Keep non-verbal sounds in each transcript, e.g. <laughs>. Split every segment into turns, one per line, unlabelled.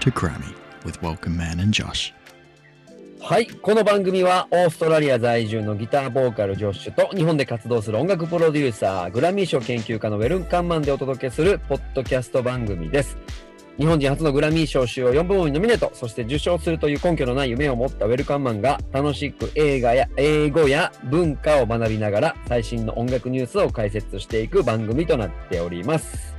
to Grammy with Welcome Man and Josh.
はい、この番組はオーストラリア在住のギターボーカルジョッシュと日本で活動する音楽プロデューサー、グラミー賞研究家のウェルカンマンでお届けするポッドキャスト番組です。日本人初のグラミー賞主要4部門にノミネート、そして受賞するという根拠のない夢を持ったウェルカンマンが楽しく映画や英語や文化を学びながら最新の音楽ニュースを解説していく番組となっております。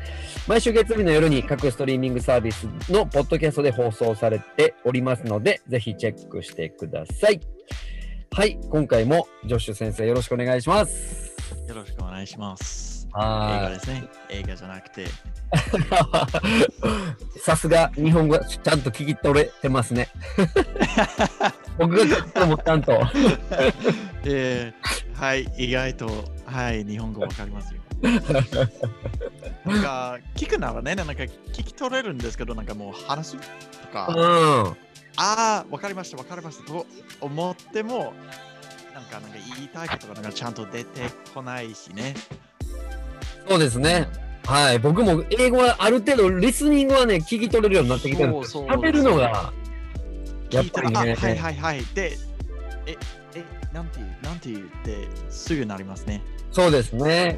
毎週月曜日の夜に各ストリーミングサービスのポッドキャストで放送されておりますので、ぜひチェックしてください。はい、今回もジョッシュ先生よろしくお願いします。
よろしくお願いします。映画
は
ですね。映画じゃなくて、
い。さすが日本語ちゃんと聞き取れてます
<laughs>
ね。僕が聞いてもちゃんと。
えーはい、意外と、はい、日本語わか
<laughs>
りますよ。なんか、聞くならね、なんか聞き取れるんですけど、なんかもう話すと
う
か、
ん。
ああ、わかりました、わかりましたと思っても、なんか、なんか言いたいことがなんかちゃんと出てこないしね。
そうですね。はい。僕も英語はある程度、リスニングはね、聞き取れるようになってきてるんですけど、
そうそう
食べるのが、やっぱりね
聞いたらあはいはいはい。で、え、え、なんて言う、なんて言うって、すぐなりますね。
そうですね。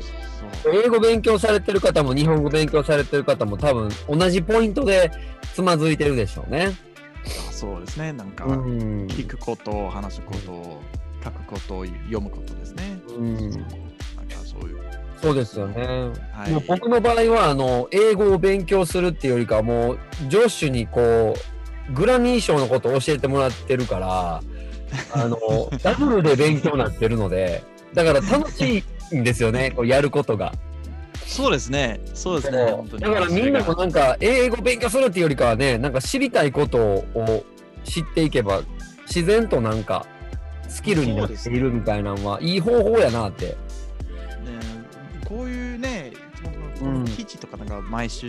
そう
英語勉強されてる方も日本語勉強されてる方も多分同じポイントでつまずいてるでしょうね。
あそうですね。なんか、
うん。
聞くこと、話すこと、書くこと、読むことですね。
うん
なんかそういう。
そうですよね。
はい。
もう僕の場合はあの英語を勉強するっていうよりかはもうジョッシュにこうグラミー賞のことを教えてもらってるからあのダブルで勉強になってるのでだから楽しいんですよねこうやることが。
そうですね。そうですね。
だ
本当に
からみんなもなんか英語勉強するっていうよりかはねなんか知りたいことを知っていけば自然となんかスキルになっているみたいなのはいい方法やなって。
ねこういうね、いつもこ
うん
の記事とかなんか毎週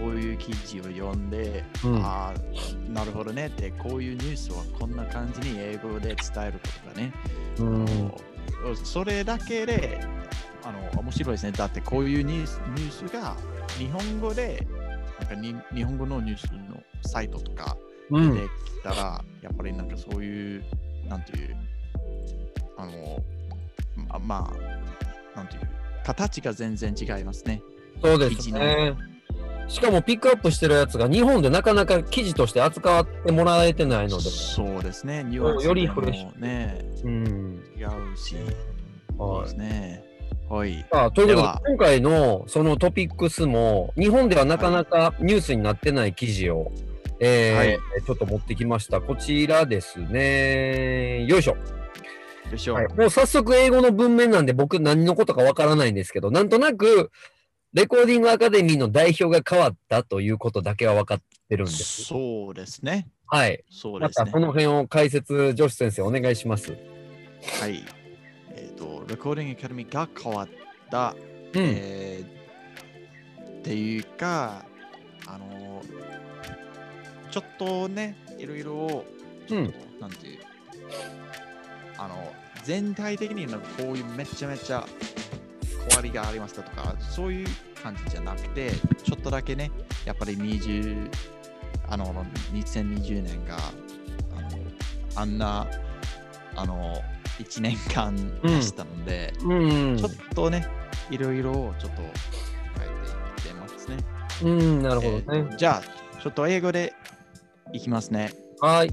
こういう記事を読んで、
うん
ああ、なるほどねって、こういうニュースはこんな感じに英語で伝えることがね。
うん
それだけであの面白いですね。だってこういうニュースニュースが日本語でなんかに日本語のニュースのサイトとか
う
で
ん
きたら、やっぱりなんかそういう、なんていう、あの、ままあ、なんていう、形が全然違いますね。
そうですね。しかもピックアップしてるやつが日本でなかなか記事として扱ってもらえてないので。
そうですね。ニュアンス
よりフレッシュ
もね、
うん。
違うし、そう
は
で
い
すね。はい。
さあという
で
こ
は
とで、今回のそのトピックスも、日本ではなかなかニュースになってない記事を、えー
はい
ちょっと持ってきました。こちらですね。よいしょ。
よいしょ。
はいもう早速英語の文面なんで僕何のことかわからないんですけど、なんとなく、レコーディングアカデミーの代表が変わったということだけは分かってるんです。
そうですね。
はい。
そう
ま
です
た
ね
こ。の辺を解説、ジョシュ先生お願いします。
はい。えっ、と、レコーディングアカデミーが変わった、
うん
えーっていうか、あの、ちょっとね、いろいろ、ちょっとなんていう、あの、全体的になんかこういうめちゃめちゃ変わりがありましたとか、そういう感じじゃなくて、ちょっとだけね、やっぱり20、あの、2020年が、あの、あんな、あの、1年間でしたので、
うん
ちょっとね、いろいろちょっと変えていってますね。
うん、なるほどね。
えーじゃあ、ちょっと英語でいきますね。
はい。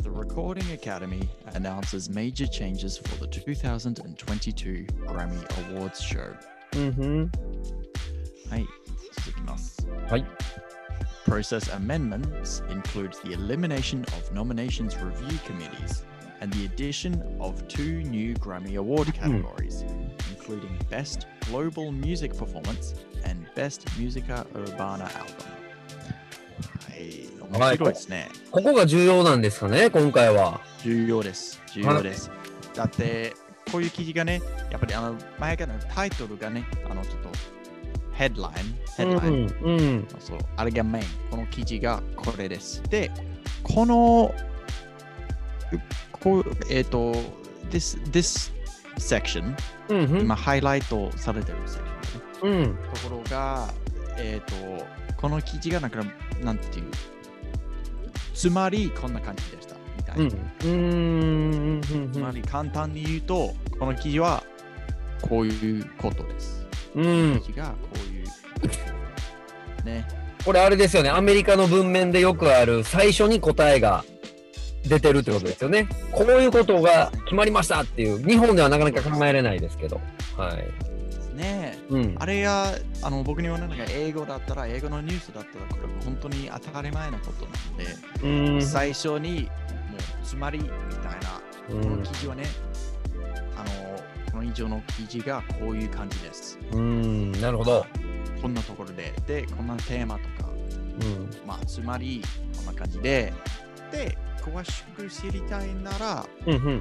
The Recording Academy announces major changes for the 2022 Grammy Awards show.
うんふん。
はい、続きます。
はい。
Process amendments include the elimination of nominations review committees and the addition of two new Grammy Award categories, including Best Global Music Performance and Best Musica Urbana Album. はい、面白いですね。
ここが重要なんですかね、今回は。
重要です。重要です。だって、こういう記事がね、やっぱりあの前からのタイトルがね、あのちょっとヘッドライン、ヘッドライン、
うん、うん。
そうあれがメイン。この記事がこれです。で、この、うこうえっ、と、this, this section、
うんふん。
今ハイライトされてるセクション、
うん。
ところが、えっ、と、この記事がなんか、なんていう、つまりこんな感じでした。みたいな。
うん。うーん。うん
つまり簡単に言うと、この記事はこういうことです。
うんうん。
記事がこういう。ね。
これあれですよね。アメリカの文面でよくある最初に答えが出てるってことですよね。こういうことが決まりましたっていう。日本ではなかなか考えれないですけど。はい。
ね
うん。
あれがあの僕にはなんか英語だったら英語のニュースだったらこれ本当に当たり前のことなので、
うん。
最初にもうつまりみたいな
う
この
ん
記事はね、あのこの以上の記事がこういう感じです
うん。なるほど。
こんなところででこんなテーマとか
うん。
まあつまりこんな感じでで詳しく知りたいなら
うん。
も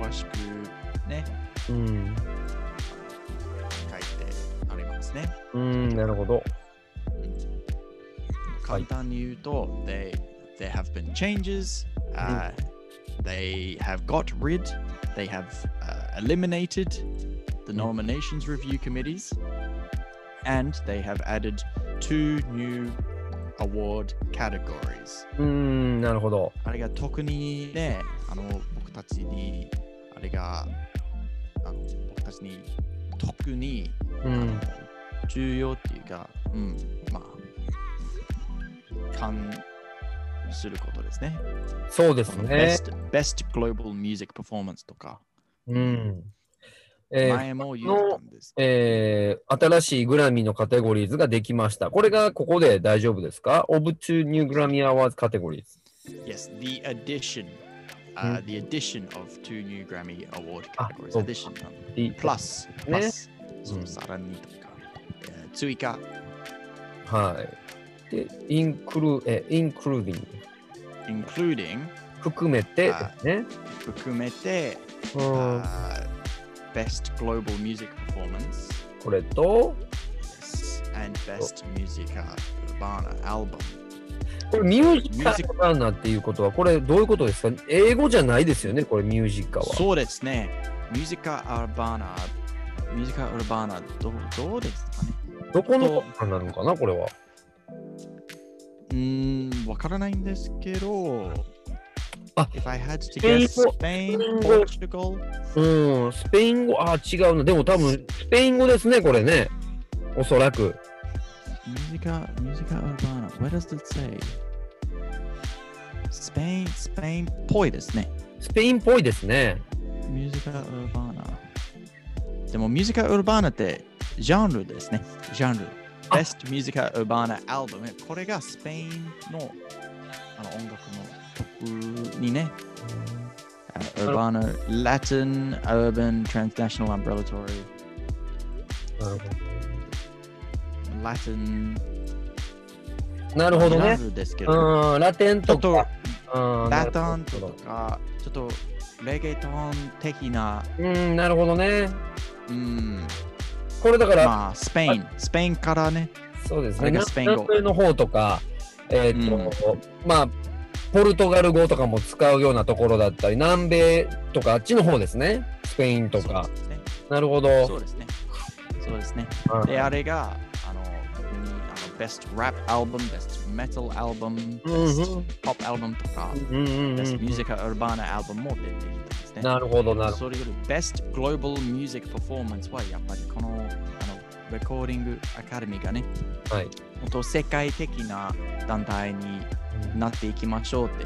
う詳しくね
うん。
書いてありますね
うん。なるほど。
簡単に言うと、they, they have been changes,、uh, they have got rid, they have、uh, eliminated the nominations review committees, and they have added two new award categories.
うん。なるほど。
あれが特にね、あの僕たちに、あれがあの僕たちに特に
うん。
重要っていうか、うん、まあ、感することですね。
そうですね。
Best, Best Global Music Performance とか、
うん。えー
前も言ったんです。
えー新しいグラミーのカテゴリーズができました。これがここで大丈夫ですか ?of two new Grammy Awards categories.
Yes, the addition,、uh, the addition of two new Grammy Award
あ
categories.
そう
Addition, um, plus,
ね
plus、そううんさらにとか、えー追加、
はい。で、include、えー、including
including
含めて
あ
ですね。
含めて、
うん、
uh, Best Global Music Performance
これと、
Yes, and best music urbana album.
これミュージカルバーナーっていうことは、これどういうことですか英語じゃないですよね、これミュージカは。
そうですね。ミュージカルバーナー、ミュージカルバーナーどうどうですかね
どこのことなのかな、これは。
うー Hmm, ん、わからないんですけど。
あ
If I had to guess
ス
Spain,
スペイン語
Portugal,
うん、スペイン語、あー、違うな。でも多分、スペイン語ですね、これね。おそらく。
Musica, Musica Urbana, where does it say? Spain, Spain っぽいですね。
スペインっぽいですね。
ミュージカル・ウーバーナでもミュージカル・ウーバーナってジャンルですね。ジャンル。
あ
Best Musica Urbana Album。これがスペインのあの音楽の曲にね。ウーバーナ、Latin、Urban、Transnational Umbrellatory、
なる
Latin。
ほど
ジャ
ね。
ンルですけど、
うん、ラテン
ちょ
と
っと
か。うん
ラタン
なるほ
と
ど
か、ちょっとレゲトン的な、
うん、なるほどね。
うん、
これだから、
まあ、スペイン、スペインからね、
そうです
あ
ね。
れが
南
スペイン語
南米の方とか、えーっと、まあ、ポルトガル語とかも使うようなところだったり、南米とかあっちの方ですね。スペインとか
そう。ですね。
なるほど。
そうですね。そうですね。
はい
で、あれが、あの、特に、あの、ベストラップアルバム、ベストメタルアルバム、ベ
うん
ストポップアルバムとか、
うんうんう
ベストミュー
ん。
ジカル・ウルバーナアルバムも出てきたんですね。
なるほど、なるほ
それより、ベストグローバル・ミュージック・パフォーマンスは、やっぱりこの、あの、レコーディング・アカデミーがね、
ど。はい。
本当世界的な団体になっていきましょうって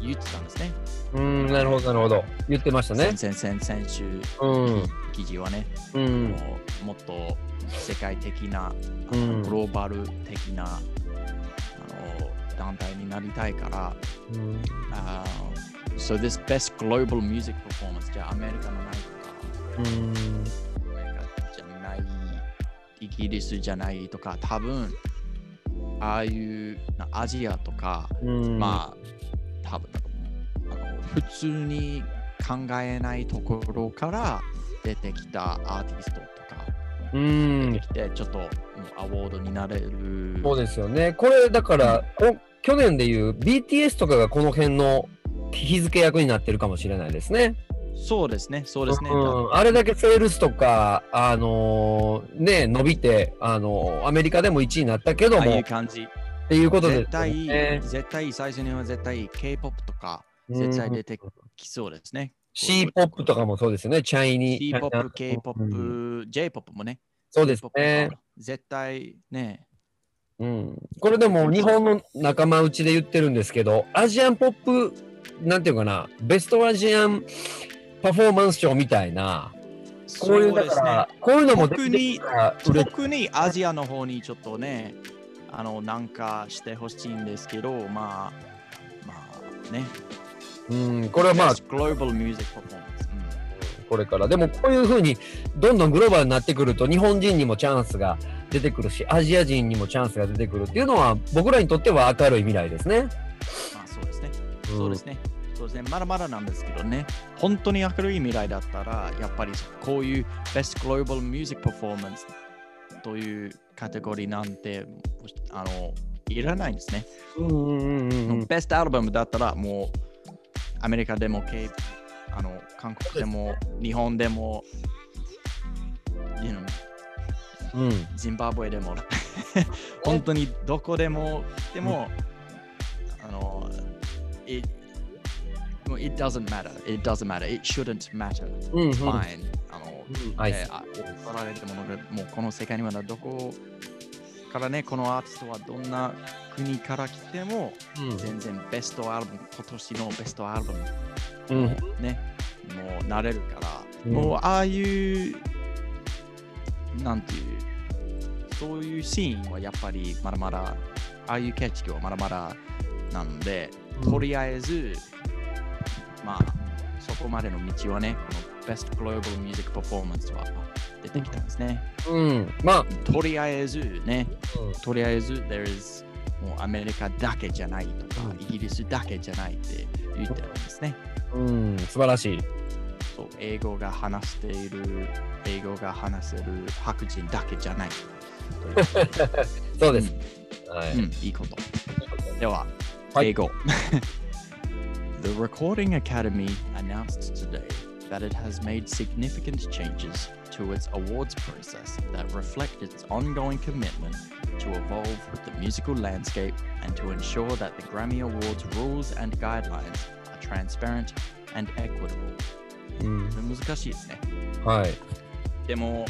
言ってたんですね。
うん、なるほど、なるほど。言ってましたね。
先先先先週、
うん。
記事はね。
うん。
もうもっと世界的な、あ
うん
のグローバル的なあの団体になりたいから、
うん
あー So this best global music performance じゃあアメリカのないと
うん
か、アメリカじゃない、イギリスじゃないとか、多分ああいうなアジアとか、
うん
まあ、多分あの普通に考えないところから出てきたアーティストとか、
うん、
でちょっともうアワードになれる。
そうですよね。これだから、こ去年でいう BTS とかがこの辺の日付役になってるかもしれないですね。
そうですね、そうですね。
うん、あれだけセールスとか、あのーね、伸びて、あのーアメリカでも1位になったけど
ああい
も、
う
っ
感じ。
ていうことで、
絶対、絶対最初には絶対 K-POP とか絶対出てきそうですね。
C ポップとかもそうですよね、チャイニ
C-POP、
うん
K-POP、J-POP もね。
そうです
J-POP
ね
と。か。絶対ね。
うん、これでも日本の仲間内で言ってるんですけど、アジアンポップ、なんていうかな、ベストアジアンパフォーマンス賞みたいな、こういう、
そう
だ
で
か
すね
ら、こういうのも
特に
から嬉しい
特にアジアの方にちょっとね、あの、なんかしてほしいんですけど、まあ、まあね。
うん、これはまあ、
Global Music Performance。うん
これから。でもこういうふうにどんどんグローバルになってくると日本人にもチャンスが出てくるしアジア人にもチャンスが出てくるっていうのは僕らにとっては明るい未来ですね。
まあそうですね。そうですね。そうですね。まだまだなんですけどね。本当に明るい未来だったら、やっぱりこういう Best Global Music Performance というカテゴリーなんて、あの、いらないんですね。
うんうんうんうん。
Best Album だったら、もう、アメリカでも、K、あの、韓国でも、日本でも、you know
うん
ジンバブエでも本当にどこでもでも、あの it, もう it doesn't matter it doesn't matter it shouldn't matter
うんうん
fine、あの
アイ
え
ス
ーあ取られたものがもうこの世界にはどこからねこのアーティストはどんな国から来ても全然ベストアルバム今年のベストアルバム
うんうん
ね、もう慣れるから、
うん
もうああいう、なんていう、そういうシーンはやっぱりまだまだ、ああいう景色はまだまだなので、
うん
とりあえず、まあ、そこまでの道はね、この Best Global Music Performance は出てきたんですね。
うん。まあ、
とりあえずね、とりあえず、there is もうアメリカだけじゃないとか、
うん
イギリスだけじゃないって言ってるんですね。
うん、素晴らしい。
そう英語が話している英語が話せる白人だけじゃない
そうです。は
う
い。
んいいことでは、
はい
英語 <laughs> The Recording Academy announced today that it has made significant changes to its awards process that reflect its ongoing commitment to evolve with the musical landscape and to ensure that the Grammy Awards rules and guidelines are transparent and equitable.
うん
難しいですね。
はい。
でも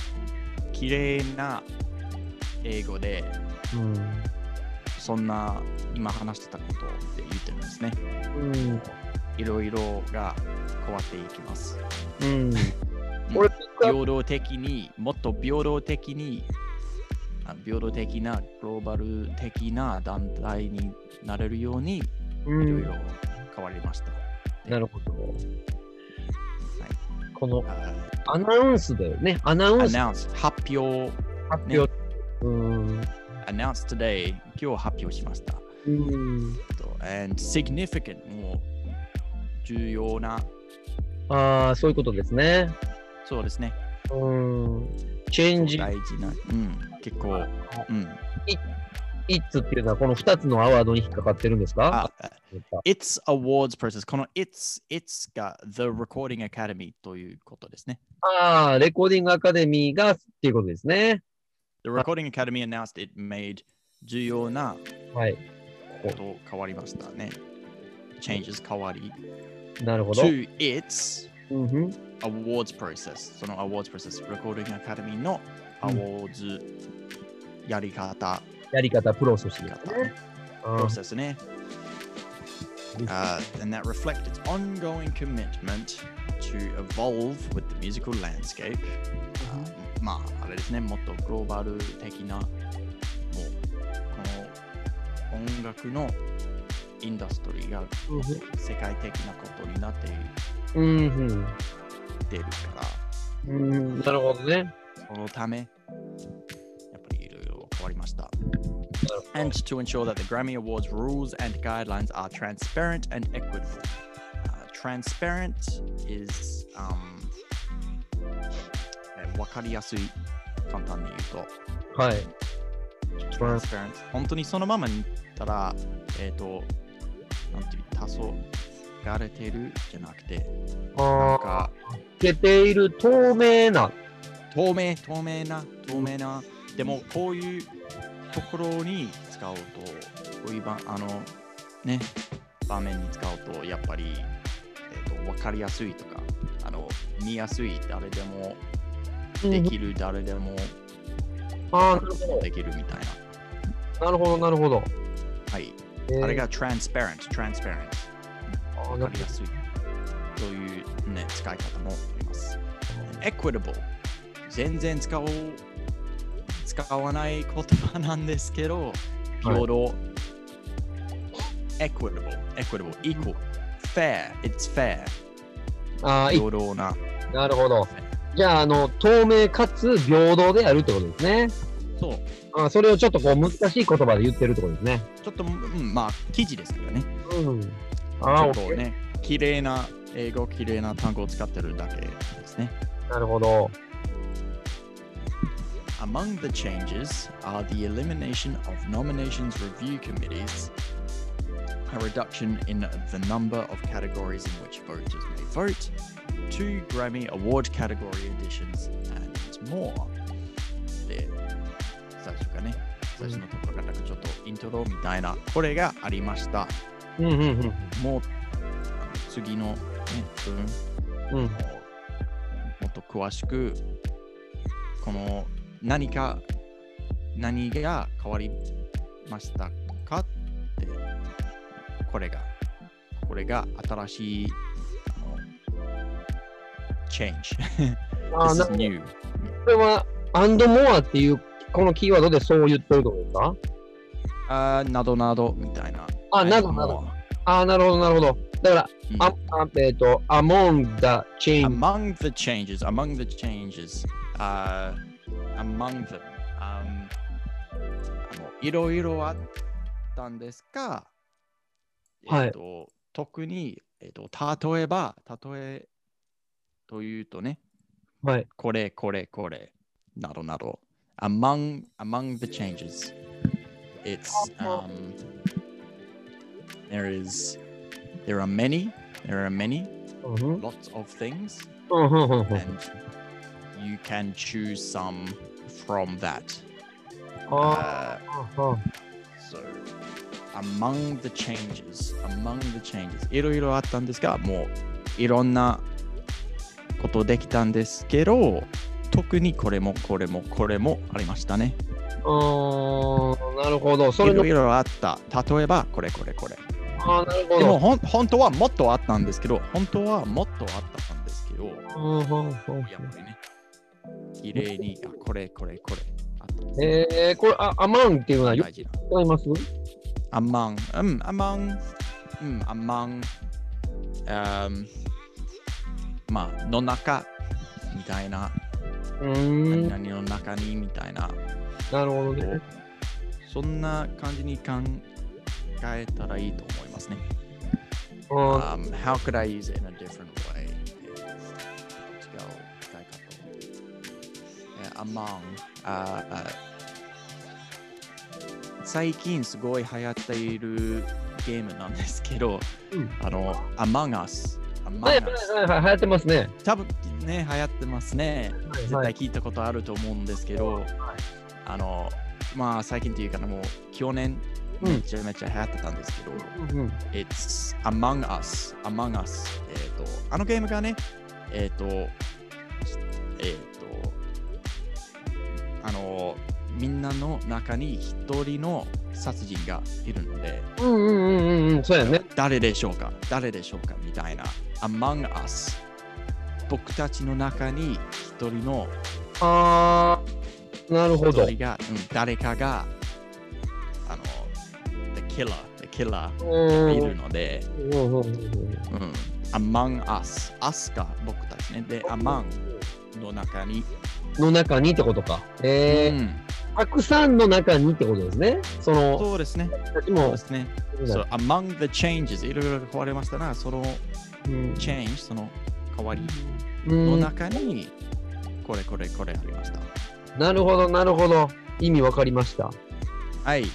綺麗な英語で
うん
そんな今話してたことって言ってるんですね。
うん。
いろいろが変わっていきます。
うん。
うん
俺
平等的にもっと平等的にあ平等的なグローバル的な団体になれるようにいろいろ変わりました。
なるほど。
はい
この
あ
アナウンスだよね。アナウンス
announce 発表
発
ね
表。うん。
announce today 今日発表しました。
うん。
と and significant もう重要な
ああ、そういうことですね。
そうですね
うん。チェン
大
ジ
事、な、うん、結構、うん、
イッツっていうのはこの2つのアワードに引っかかってるんですか
あ It's Awards Process この It's It's が The Recording Academy ということですね
ああ、レコーディングアカデミーがっていうことですね。
The Recording Academy announced it made 重要な
はい。
こと変わりましたね Changes 変わり
なるほど。
to It's
うんふん
Awards Process その Awards Process Recording Academy の
うん
Awards やり方、
やり方、プロセスで
やり
す
方
ね。うん
process in here. Uh, and that reflect its ongoing commitment to evolve with the musical landscape. Uh, まあ、あれですね、もっとグローバル的な、もう、この音楽のインダストリーが
うんふん
世界的なことになってい
うんふん
ってるか
うんなるほどね。
ら、そのため、やっぱりいろいろ変わりました。and to ensure that the Grammy Awards rules and guidelines are transparent and equitable. Uh, transparent is um, わかりやすい簡単に言う
はい。
と transparent eh, 本当にそのままに言ったらえっ、となんていう多層流れてるじゃなくて、なん
ああ、
か
出ている透明な。
透明、透明な、透明な、でもこういうところに使うと、こういう場あの、ね、場面に使うと、やっぱり、えーと分かりやすいとか、あの見やすい、誰でもできる、誰でも
ああ、なるほ
できるみたい
ど。
な。
なるほど、なるほど。
はい。
えー
あれが transparent、transparent。
あー
わ
なる
かりやすい。という、ね、使い方もあります。equitable。全然使おう使わない言葉なんですけど、平等。equitable、equitable、equal。fair、it's fair。
ああ、い
平等な。
なるほど。じゃあ、あの、透明かつ平等であるってことですね。
そう。
あーそれをちょっとこう難しい言葉で言ってるってことですね。
ちょっと、うん、まあ、記事ですけどね。
うん。
ち
あ
ょ
あ、
っとね、綺麗な英語、綺麗な単語を使ってるだけですね。
なるほど。
Among the changes are the elimination of nominations review committees, a reduction in the number of categories in which voters may vote, two Grammy Award category additions, and more. で、最初かね、最初のところがなんかちょっとイントロみたいな、これがありました。
うんうんうん。
もうあの次の、ね、部
うん。
分もっと詳しくこの何か何が変わりましたかってこれがこれが新しいあの change
あ
this
あ、
is
なこ
new
れは、アンドモアっていう、このキーワードでそう言ってるってことですか
あーなどなどみたいな
あ、なるほど、なるほど。ああ、なるほど、なるほど。だから、
うん
あ、あえっと、among the chain。
among the changes among the changes、uh, among them、um, あのいろいろあったんですが、
はい
えっと特に、えっと例えば例えというとね
はい。
これこれこれなどなど among among the changes it's um, there is there are many there are many
うんうん
lots of things
うんうんうんうん。
and you can choose some from that.
あ
Uh,
あ、あ
so among the changes, among the changes, いろいろあったんですが、もういろんなことできたんですけど、特にこれもこれもこれもありましたね。
あー、なるほど。そ
い
れの
ろい、ろあった。例えばこれこれこれ。
ああ、なるほ
でも
ど。
ほん本当はもっとあったんですけど、本当はもっとあったんですけど、
うんうんうん
やっぱりね、綺麗にあこれこれこれあったんですね
えー、これ、あ、among っていうのはよく
大事な。
使います
アマン、うん、アマン、うん、アマン、うん、まあ、の中みたいな、
うーん、な
何々の中にみたいな、
るほどね。
そんな感じに考えたらいいと思いますね。
あ
Um, how could I use it in a different way? 違う使い方。Uh, among ああ最近すごい流行っているゲームなんですけど、
うん
あの Among Us。
ーはい
Among
は
Us
いはいはい、流行ってますね。
多分ね、流行ってますね。
はい
絶
は
対
い。
聞いたことあると思うんですけど、あの、まあ最近っていうかな、もう去年
うん
めちゃめちゃ流行ってたんですけど、
うんうん
It's Among Us, Among Us。えっ、と、あのゲームがね、えっ、と、えっ、と、あの、みんなの中に一人の殺人がいるので、
うんうんうんうんうん、そうやね。
誰でしょうか誰でしょうかみたいな、Among Us。僕たちの中に一人の
あー、なるほど
一。人が、うん、誰かが、あの、The Killer, The Killer
うん
いるので、
うんうんうん
うん、among us。us が僕たちね。で、among の中に。
の中にってことか。えー
うん
たくさんの中にってことですね。その、
そうですね。
私たち
そう
も
で、すね。そう、among the changes。いろいろ変わりましたな。その
うん、
change、その変わり
う
の
ん
中に、これこれこれありました。
なるほど、なるほど。意味わかりました。
<laughs> はい。よ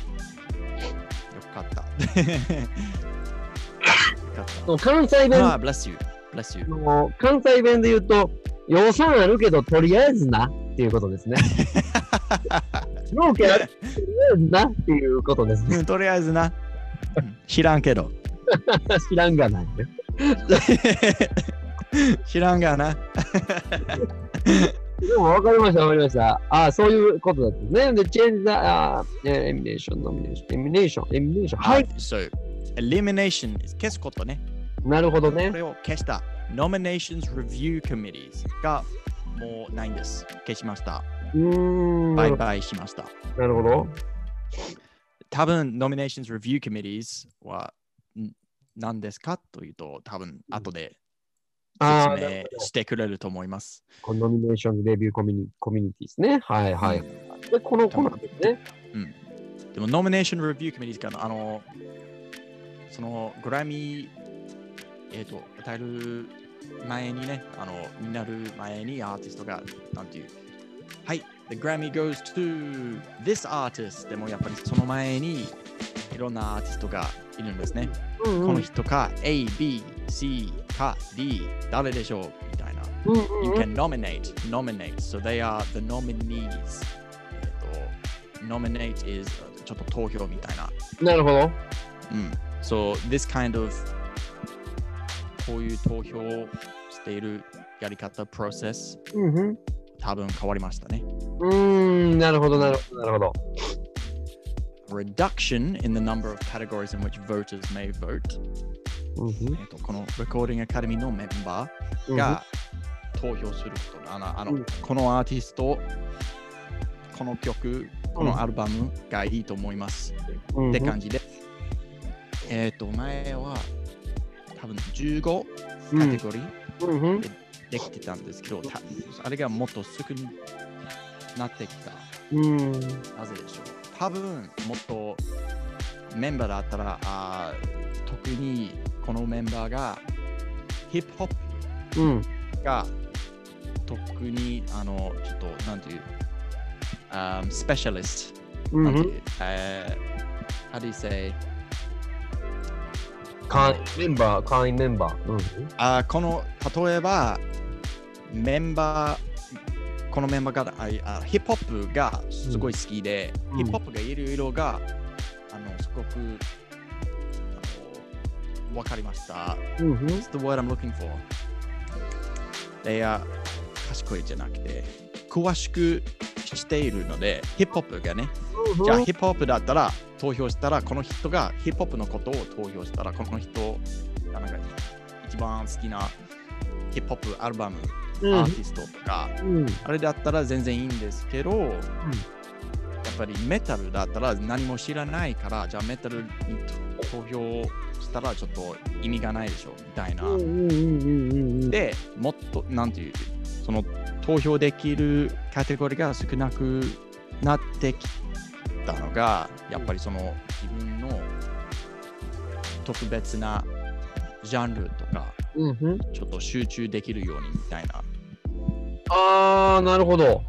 かった。よかっ
その関西弁、
ああ、bless you. Bless you.
その関西弁で言うと、予算あるけど、とりあえずなっていうことですね。納期あるけどとりあえずなっていうことですね。
うんとりあえずな。うん知らんけど。
知らんがないね。
知らんがな。
でも分かりました、分かりました。ああ、そういうことだったんですね。で、チェンジザ、あーえーエミネーション、ノミネーション、エミネーション、エミネーション。はい。。
そう。Elimination 消すことね。
なるほど
こ
ね。
れを消した。Nominations Review Committees がもうないんです。消しました。
うーん。
バイバイしました。
なるほど。
多分 Nominations Review Committees はん何ですかというと、多分後で
ああ、
説明してくれると思います。
このノミネーションレビューコミュニコミュニティですね。はいはい。で、この、このですね。
うん、でも、ノミネーション・レビュー・コミュニティが、あの、その、グラミー、えっ、と、与える前にね、あの、になる前にアーティストが、なんていう、はい、The Grammy goes to this artist でも、やっぱりその前に、いろんなアーティストがいるんですね。
うん
こ
うん
の人か、A、B、C か、D、誰でしょうみたいな。
うんう
You
んうん
can nominate, nominate. So they are the nominees. えっと nominate is uh, ちょっと投票みたいな。
なるほど。
うん。So this kind of こういう投票をしているやり方、プロセス、
うんうん
多分変わりましたね。
うーん、なるほど、なるほど、なるほど。
Reduction in the number of categories in which voters may vote. えっとこの Recording Academy のメンバー。が投票することあのあの、
うん
このアーティストこの曲このアルバムがいいと思います、
うん、
って感じで、えっ、と前は多分15カテゴリー
うんうん
できてたんですけど、たあれがもっと少なってきた
うん
なぜでしょう多分もっとメンバーだったらあー特にこのメンバーがヒップホップ
うん
が特にあのちょっとなんていう、あースペシャリス
う
ト、
ん
なん
う
て
ん
いう、えー how do you say
会員メンバー会員メンバーうん
あーこの例えばメンバーこのメンバーがあいあヒップホップがすごい好きで、
うん
ヒップホップがいろいろがあのすごくあのわかりました。
うんうん
What's the word I'm looking for? They are 賢いじゃなくて詳しくしているのでヒップホップがねじゃあヒップホップだったら投票したらこの人がヒップホップのことを投票したらこの人がなんか一番好きなヒップホップアルバム、アーティストとか
うん
あれだったら全然いいんですけど、やっぱりメタルだったら何も知らないからじゃあメタルに投票したらちょっと意味がないでしょみたいな。
うんうんうんうんうん
でもっとなんていうその投票できるカテゴリーが少なくなってきたのがやっぱりその自分の特別なジャンルとか
うんうん
ちょっと集中できるようにみたいな
ああなるほど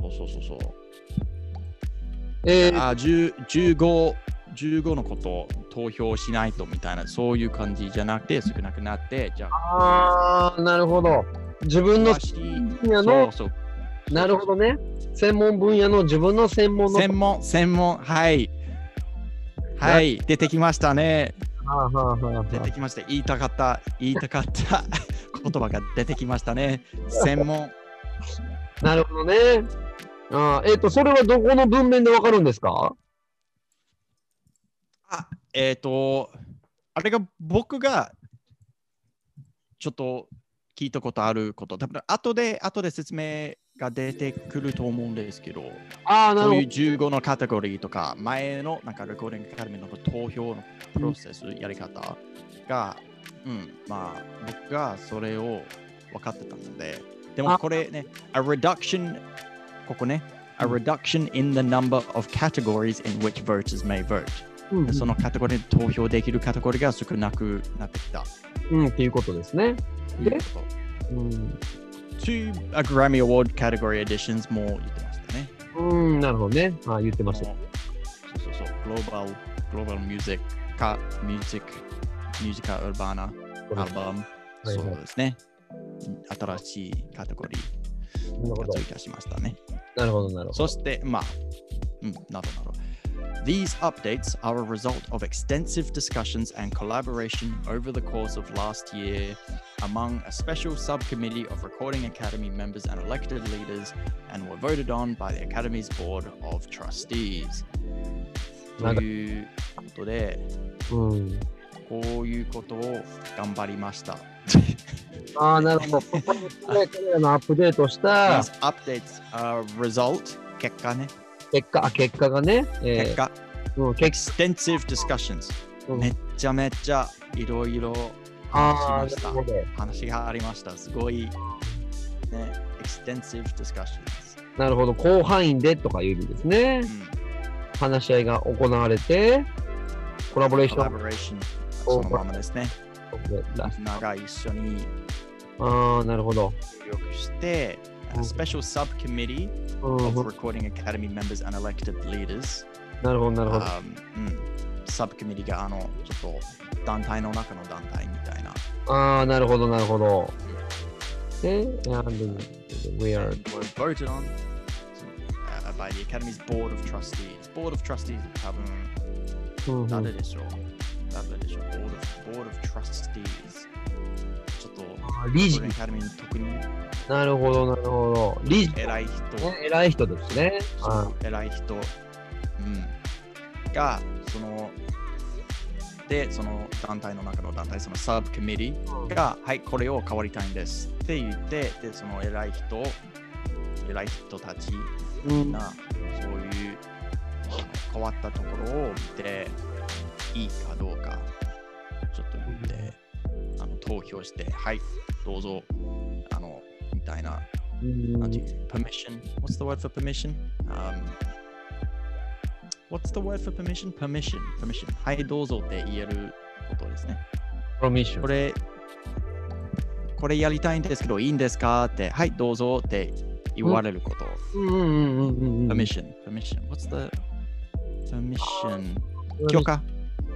そうそうそうそう
えー
あ10 15 15のことを投票しないとみたいなそういう感じじゃなくて少なくなってじゃあ
ああなるほど自分の
詳しい
分野
そう
の
そう
なるほどね専門分野の自分の専門の
専門、専門、はい。はい、出てきましたね。
はあはあはあ
出てきました。言いたかった、言いたかった
<laughs>
言葉が出てきましたね。専門。
なるほどねあーえっとそれはどこの文面でわかるんですか
あ、えっ、と、あれが僕がちょっと聞いたことあること、多分後で、後で説明が出てくると思うんですけど、
ああな
そうい
る
う15のカテゴリーとか、前のなんかレコーディングカルミの投票のプロセス、やり方が、うん、まあ、僕がそれを分かってたので、でも
あ
これね、a reduction、ここね、a reduction in the number of categories in which voters may vote、
ほどうん
そのカテゴリーで投票できるカテゴリーが少なくなってきた。
うんっていうことですね
というこ
う
と
ん、
to a Grammy Award category editions も言ってましたね。
うん、なるほどねあー言ってました
そうそうそう、グローバル、グローバルミュージックか、ミュージック、ミュージカル、ウルバナ
これ
アルバム、
はい
そうですね。新しいカテゴリ
なる
ー
ほ
が
ど
追加しましたね。
なるほど、なるほど。
そして、まあ、うん、などなど。These updates are a result of extensive discussions and collaboration over the course of last year among a special subcommittee of Recording Academy members and elected leaders, and were voted on by the Academy's Board of Trustees.
なん
と
か
いうことで、
うん、
こういうことを頑張りました。
ああ、なるほど。
<laughs>
ここにね彼らのアップデートした
These updates are a result 結果ね、
結果、あ結果がね、
結
え
果、
ーうん、結
extensive discussions
果、うん
めっちゃめっちゃいろいろ
ああ、
話しま
な
した
るほど。
話がありました。すごい、ね、extensive discussions、
なるほど。広範囲でとかいう意味ですね
う。ん。
話し合いが行われて、コラボレーション
collaboration、そのままですね。
ラス
長い一緒に
ああ、なるほど。
協力して、
うん
a special subcommittee
うん、
of recording academy members and elected leaders、
なるほど、なるほど。
あうん、subcommittee があの、ちょっと団体の中の団体みたいな。
ああ、なるほど、なるほど。で、and we are
and were voted on uh, by the Academy's Board of Trustees. Board of Trustees 多分
うんうん
誰でしょう、誰でしょう Board of, Board of Trustees ちょっと
理事
Recording。Academy の特に
なるほど、なるほど。理事。
偉い人、
ね、偉い人ですね。
そ
あ
う偉い人、うん、がそのでその団体の中の団体そのサブコミティが、はいこれを変わりたいんですって言ってでその偉い人偉い人たち
うん、
なそういうあの変わったところを見ていいかどうかちょっと見てあの投票してはいどうぞあのみたいななんていう permission what's the word for permission、um, what's the word for permission permission permission はいどうぞって言えることですね
プロミッション
こ。れこれやりたいんですけどいいんですかってはいどうぞって言われること、
うんうんうんうんうん。
permission permission what's the permission 許
許
可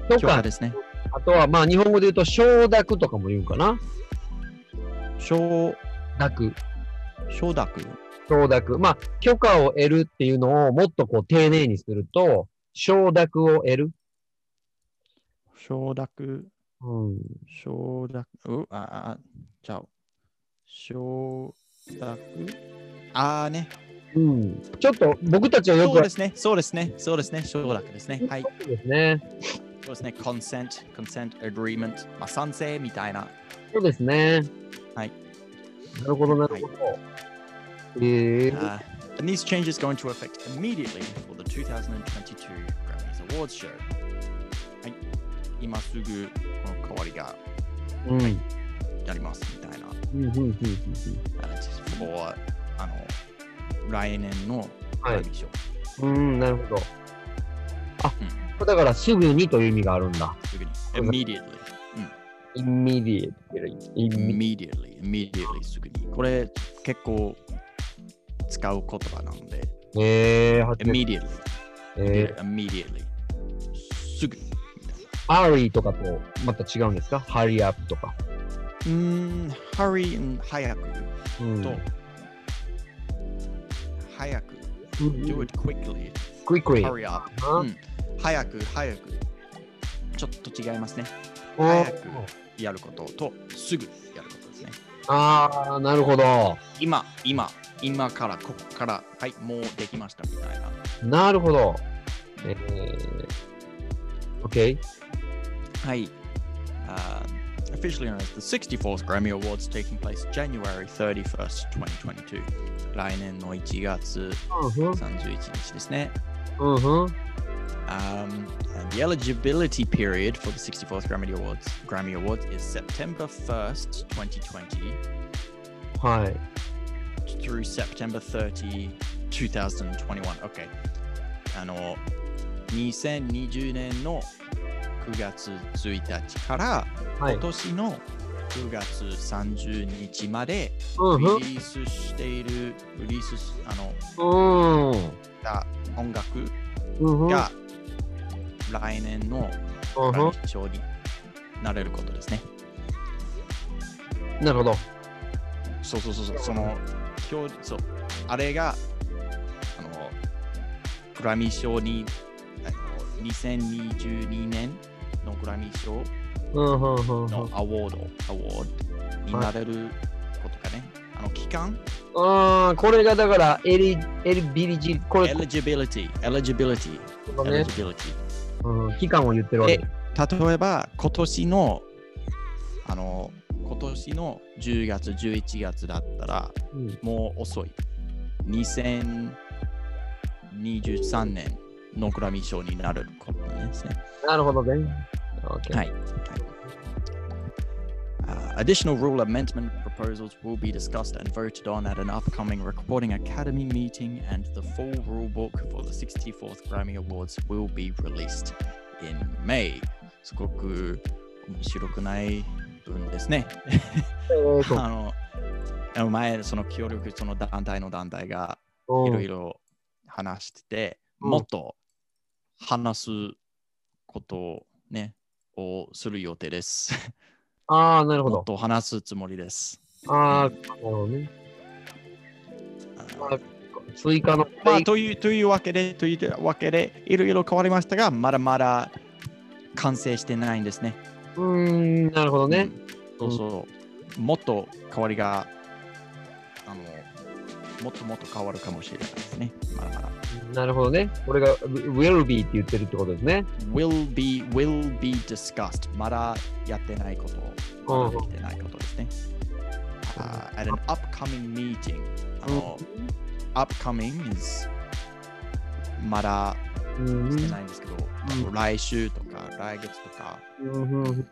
可。
許可ですね
あとは、まあ、日本語で言うと、承諾とかも言うんかな。
承
諾。
承諾
承諾。まあ、許可を得るっていうのをもっとこう、丁寧にすると、承諾を得る。
承諾
うん。
承諾うあああちゃう承諾ああね
うん。ちょっと、僕たちはよく
そう
わ
で
か
すねそうですねそうですね承諾ですねはい
るんですね。
そうですね consent consent agreement まあ賛成みたいな
そうですね。
はい。
なるほど、なるほど。ええ
Uh, and these changes go into effect immediately for the 2022 Grammys Awards Show. はい、今すぐこの代わりが
うん。うん
やりますみたいな。
うんうんうんうん。
あ just for あの来年の
はい
グラミー賞
うん、なるほど。あ、だからすぐにという意味があるんだ。
すぐに。
うだ
Immediately.
immediate。immediate
Immediately. Immediately. すぐに。これ結構使う言葉なんで。
えー、初めて
Immediately.
え
Immediately. すぐに。
ー、アーリーとかとまた違うんですかハリアップとか。
うーん、hurry and 早く。
うん
と、早く、
うん、
do it quickly,
クイックリ。
hurry up、
あ
うん、早く、早く、ちょっと違いますね。
お
早くやることと、すぐやることですね。
あー、なるほど。
今、今、今から、ここから、はい、もうできましたみたいな。
なるほど。えー、OK?
はい。あー um, Officially known as the 64th Grammy Awards taking place January 31st, 2022. 来年の1月31日ですね。
うんふん。
Um, and the eligibility period for the 64th Grammy Awards Grammy Awards is September 1st, 2020
はい。
through September 30, 2021. Okay. あの、2020年の9月1日から
はい
今。年の9月30日まで
う
リ
ん
リ
ふん。
ースしている、リリースしあの
うん。
した音楽
うんふん。
が来年の
うんふん
賞になれることですね。
なるほど。
そうそうそうそう、その、表そう、あれが、あの、グラミー賞に、あの2022年のグラミー賞
うんうんうんうん
のアワード、アワードになれることかね。あの、期間、
あーこれがだから、エリ、エリビリジ、これ、
eligibility、eligibility、
このね、
eligibility。
うん、期間を言ってるわけだ。
例えば今年のあの今年の10月11月だったら
うん
もう遅い2023年のグラミー賞になることなんですね。
なるほどね。OK
はい Uh, additional rule amendment proposals will be discussed and voted on at an upcoming Recording Academy meeting, and the full rule book for the 64th Grammy Awards will be released in May. すごく面白くない文ですね。
えーと
あのあの前、その協力、その団体の団体が
うん
いろいろ話してて、
うん
もっと話すことをね、をする予定です。
ああ、なるほ
もっ
ど。
と話すつもりです。
ああ、なるほどね。まあ追加の。
まあ、というというわけで、というわけで、いろいろ変わりましたが、まだまだ完成してないんですね。
うーん、なるほどね。
うん。そうそう。もっと変わりが、あの、もっともっと変わるかもしれないですね。まだまだ。
なるほどね。これが will be って言ってるってことですね。
will be, will be discussed. まだやってないこと
うん
まだできてないことですね。あー at an upcoming meeting. あの、upcoming is まだ
うん
してないんですけど、
うん
多分来週とか来月とか
うんうんうん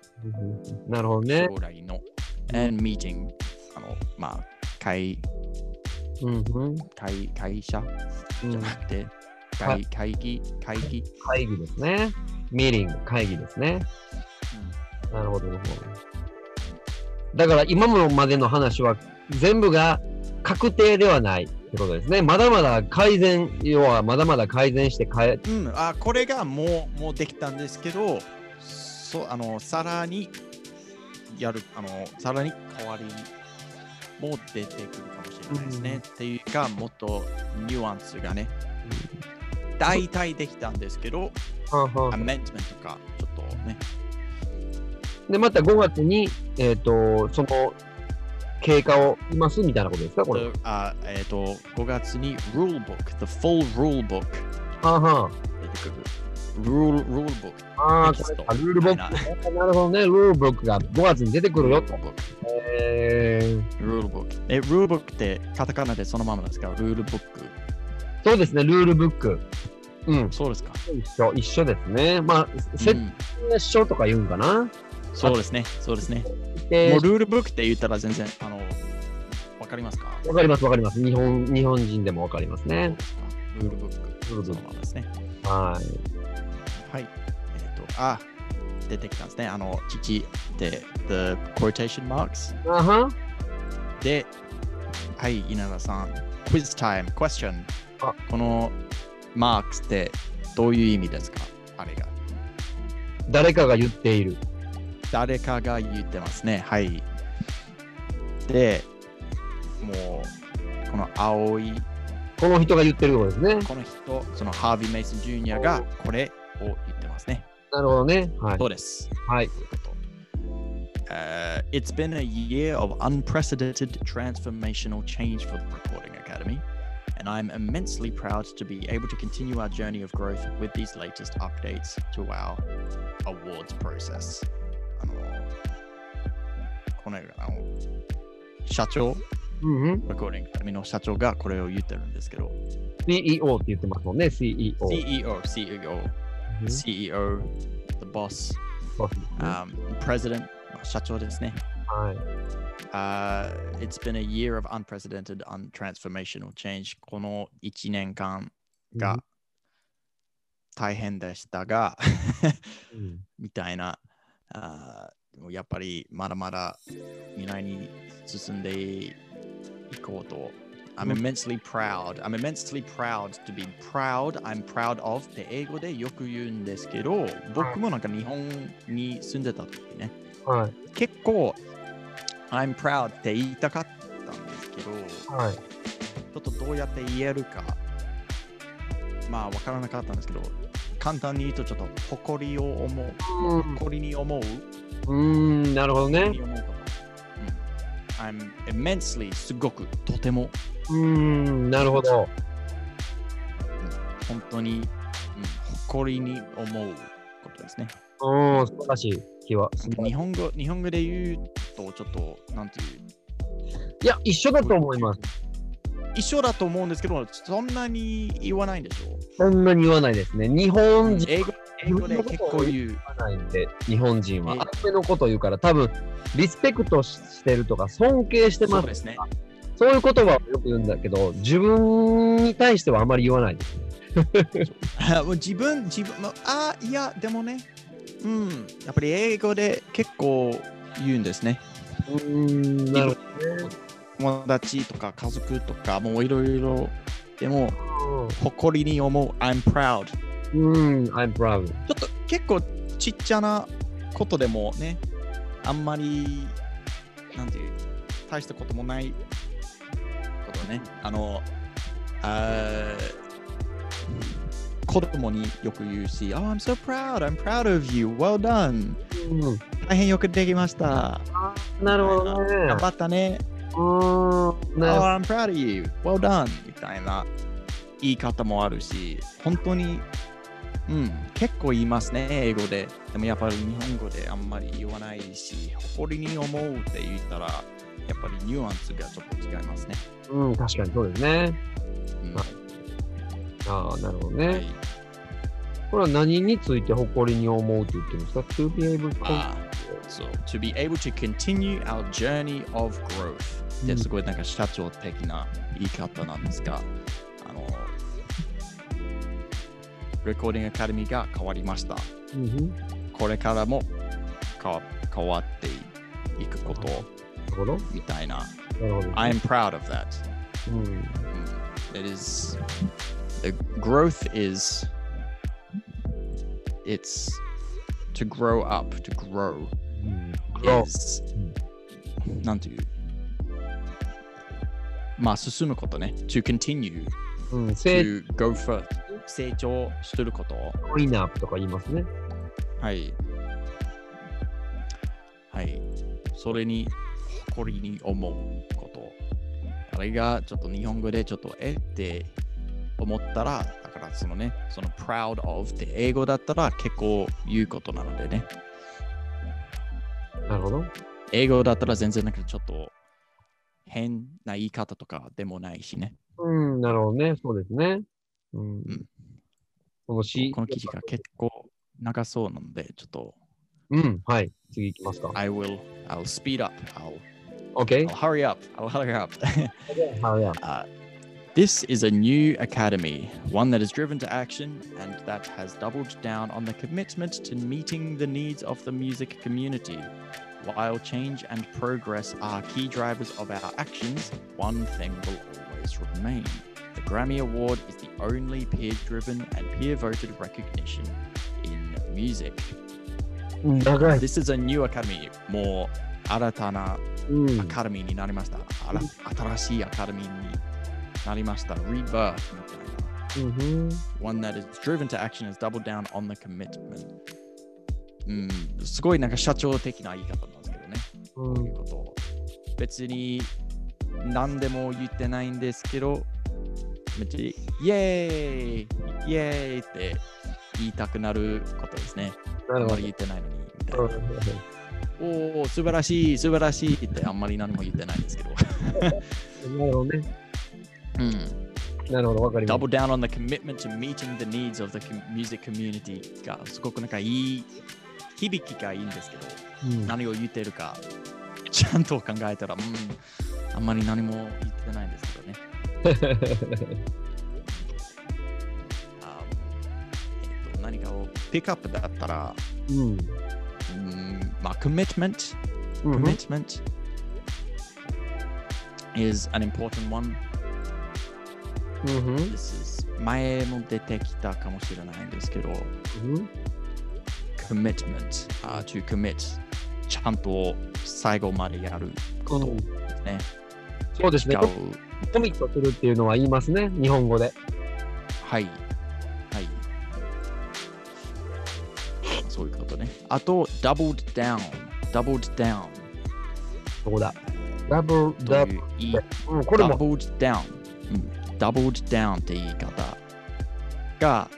なるほどね。
将来の、and meeting あのまあ会
うんうん
会会社 <laughs>
うん
じゃなくて、
は
会会議会議、
会議ですね。ミーティング、会議ですね。なるほど、なるほど。だから今までの話は全部が確定ではないってことですね。まだまだ改善、要はまだまだ改善して変え、
うん、あこれがもうもうできたんですけどそうあのさらにやるあのさらに代わりも出てくるかもしれないですね、
うん
っていうかもっとニュアンスがね、大体できたんですけど、
はんは
アメントメントかちょっとね
んで、また5月に、えっ、と、その経過を見ますみたいなことですか、これ。
とあえっ、と、5月に Rule Book、The Full Rule Book
はんはん。
出てくる。Rule, rule Book。
ああ、
テキ
こ
ス
れ
ト
かルールブック。
はいな
なるほどね、ルールブックが5月に出てくるよ
Rule
と。
Book。
えー
Rule Book。え、Rule Book ってカタカナでそのままですか ?Rule Book。
そうですね、ルールブック。うん、
そうですか、
一緒、一緒ですね。まあ、
う
設
ん、
定書とか言うんかな。
そうですね。そうですね。
で
もう Rule Book って言ったら全然、あの、わかりますか
わかります、わかります。日本日本人でもわかりますね。
Rule Book。
ルールブ
そう
ッ
なんですね。
ク。はい。
はい。えっ、と、あ、出てきたんですね。あの、父って、The Quotation Marks。
あは
で、はい、稲田さん、クイズタイム、クエスチョン
あ。
このマークスってどういう意味ですかあれが。
誰かが言っている。
誰かが言ってますね。はい。で、もう、この青い、
この人が言ってることですね。
この人、そのハービー・メイソン・ジュニアがこれを言ってますね。
なるほどね。はい
ど。うです
はい。
Uh, it's been a year of unprecedented transformational change for the Recording Academy, and I'm immensely proud to be able to continue our journey of growth with these latest updates to our awards process. あのこのあの社長、
うんうん。
Recording Academy の社長がこれを言ってるんですけど、
CEO って言ってますもんね、CEO。
CEO、CEO、
うん
CEO、The E Boss、
そうですね
um, President、まあ社長ですね。
はい。
Uh, it's been a year of unprecedented, untransformational change. この1年間が大変でしたが、 <laughs>
うん
みたいな、あーでもやっぱりまだまだ未来に進んでいこうと。I'm
うん
immensely proud. I'm immensely proud to be proud. I'm proud of って英語でよく言うんですけど、僕もなんか日本に住んでた時ね、
はい。
結構 I'm proud って言いたかったんですけど、ち
はい。
ょっとどうやって言えるか、まあわからなかったんですけど、簡単に言うとちょっと誇りを思う、誇りに思う、
うん、うーんなるほどね
誇り。に思うこと。うん I'm immensely すごくとても
うーん、なるほど。
本当に、うん、誇りに思うことですね。
うん、素晴らしい気は。
日本語日本語で言うとちょっとなんていう
いや、一緒だと思います。
一緒だと思うんですけどそんなに言わないんでしょ
そんなに言わないですね。日本人
英語英語で結構言う。
はないんで、日本人は
え。え
相手のことを言うから、多分、リスペクトしてるとか、尊敬してま
そう
す。
ですね。
そういう言葉をよく言うんだけど、自分に対してはあまり言わないですね。
あ <laughs> もう自分、自分、まあ、いや、でもね、うん、やっぱり英語で結構言うんですね。
うーん、なる
友達とか家族とか、もういろいろ、でも、
ほど。
誇りに思う、I'm proud。ち
うーん、I'm proud.
ょっと結構ちっちゃなことでもね、あんまり、なんていう、大したこともないことね。あの、あー子供によく言うし、Oh, I'm so proud, I'm proud of you, well done.
うん
大変よくできました。
なるほどね。
頑張ったね。
うーん、
Oh,
なる
I'm proud of you. Well done. みたいな言い方もあるし、本当に、うん、結構言いますね、英語で。でもやっぱり日本語であんまり言わないし、誇りに思うって言ったら、やっぱりニュアンスがちょっと違いますね。
うん、確かにそうですね。
うん
はああ、なるほど
は
ね
い。
これは何について誇りに思うって言ってるんですか ?to be able to.
あーそう to be able to continue our journey of growth ってすごいなんか社長的な言い方なんですが、あの、レコーディングアカデミーが変わりました。
うん、な
これからも変わ変わっていくこと
るほど。
みたいな。
なるほど。
I am proud of that.
うん、
It is the growth is it's to grow up, to grow
うん。
is
うん
なんていうまあ進むことね。to continue
うん、成
to go further 成長すること。
長イナップとか言いますね。
はい。はい。それに誇りに思うこと。あれがちょっと日本語でちょっとえって思ったら、だからそのね、その proud of って英語だったら結構言うことなのでね。
なるほど。
英語だったら全然なんかちょっと変な言い方とかでもないしね。
うん、なるほどね。そうですね。うん
ん。
この C。
この記事が結構長そうなので、ちょっと
うん、はい。次行きますか。
I will, I'll speed up, I'll,
OK?
I'll hurry up, I'll hurry up.
はいや。
Uh, this is a new academy, one that is driven to action and that has doubled down on the commitment to meeting the needs of the music community. While change and progress are key drivers of our actions, one thing will always remain. The Grammy Award is the only peer driven and peer voted recognition in music.
長い。
This is a new academy, more 新たな
うん
ア。カデミーになりました。あら新しいアカデミーになりました。Rebirth みたいな。
うん。
One that is driven to action is double down on the commitment. うん、すごいなんか社長的な言い方なんですけどね。
う
こうい
ん
うことを。別に何でも言ってないんですけど、めっちゃイエーイイエーイって言いたくなることですね。
な
あ
る
ん
ほ
ま
ど
り言ってないのにみたいな。
うん。
おお、素晴らしい、素晴らしいってあんまり何も言ってないんですけど。
なるほどね。
うん
なるほど、わかりま
<laughs> Double down on the commitment to meeting the needs of the com- music community がすごくなんかいい響きがいいんですけど、
す。うん
何を言ってるかちゃんと考えたら、うん、あんまり何も言ってないんですけどね。あえっと何かをピックアップだったら、
うん。
うんまあ、commitment
うん。
commitment is an important one.
うん。
This is 前も出てきたかもしれないんですけど、
うん。
commitment、uh, to commit ちゃんと最後までやることをね、
そうですね。
使う
コ。コミットするっていうのは言いますね。日本語で。
はい。はい。そういうことね。あと、doubled down。doubled down。
そこだ。ダブル、ダ
と
ブ
いう言い
ル。うんこれも
doubled down。うん。doubled down って言い方が、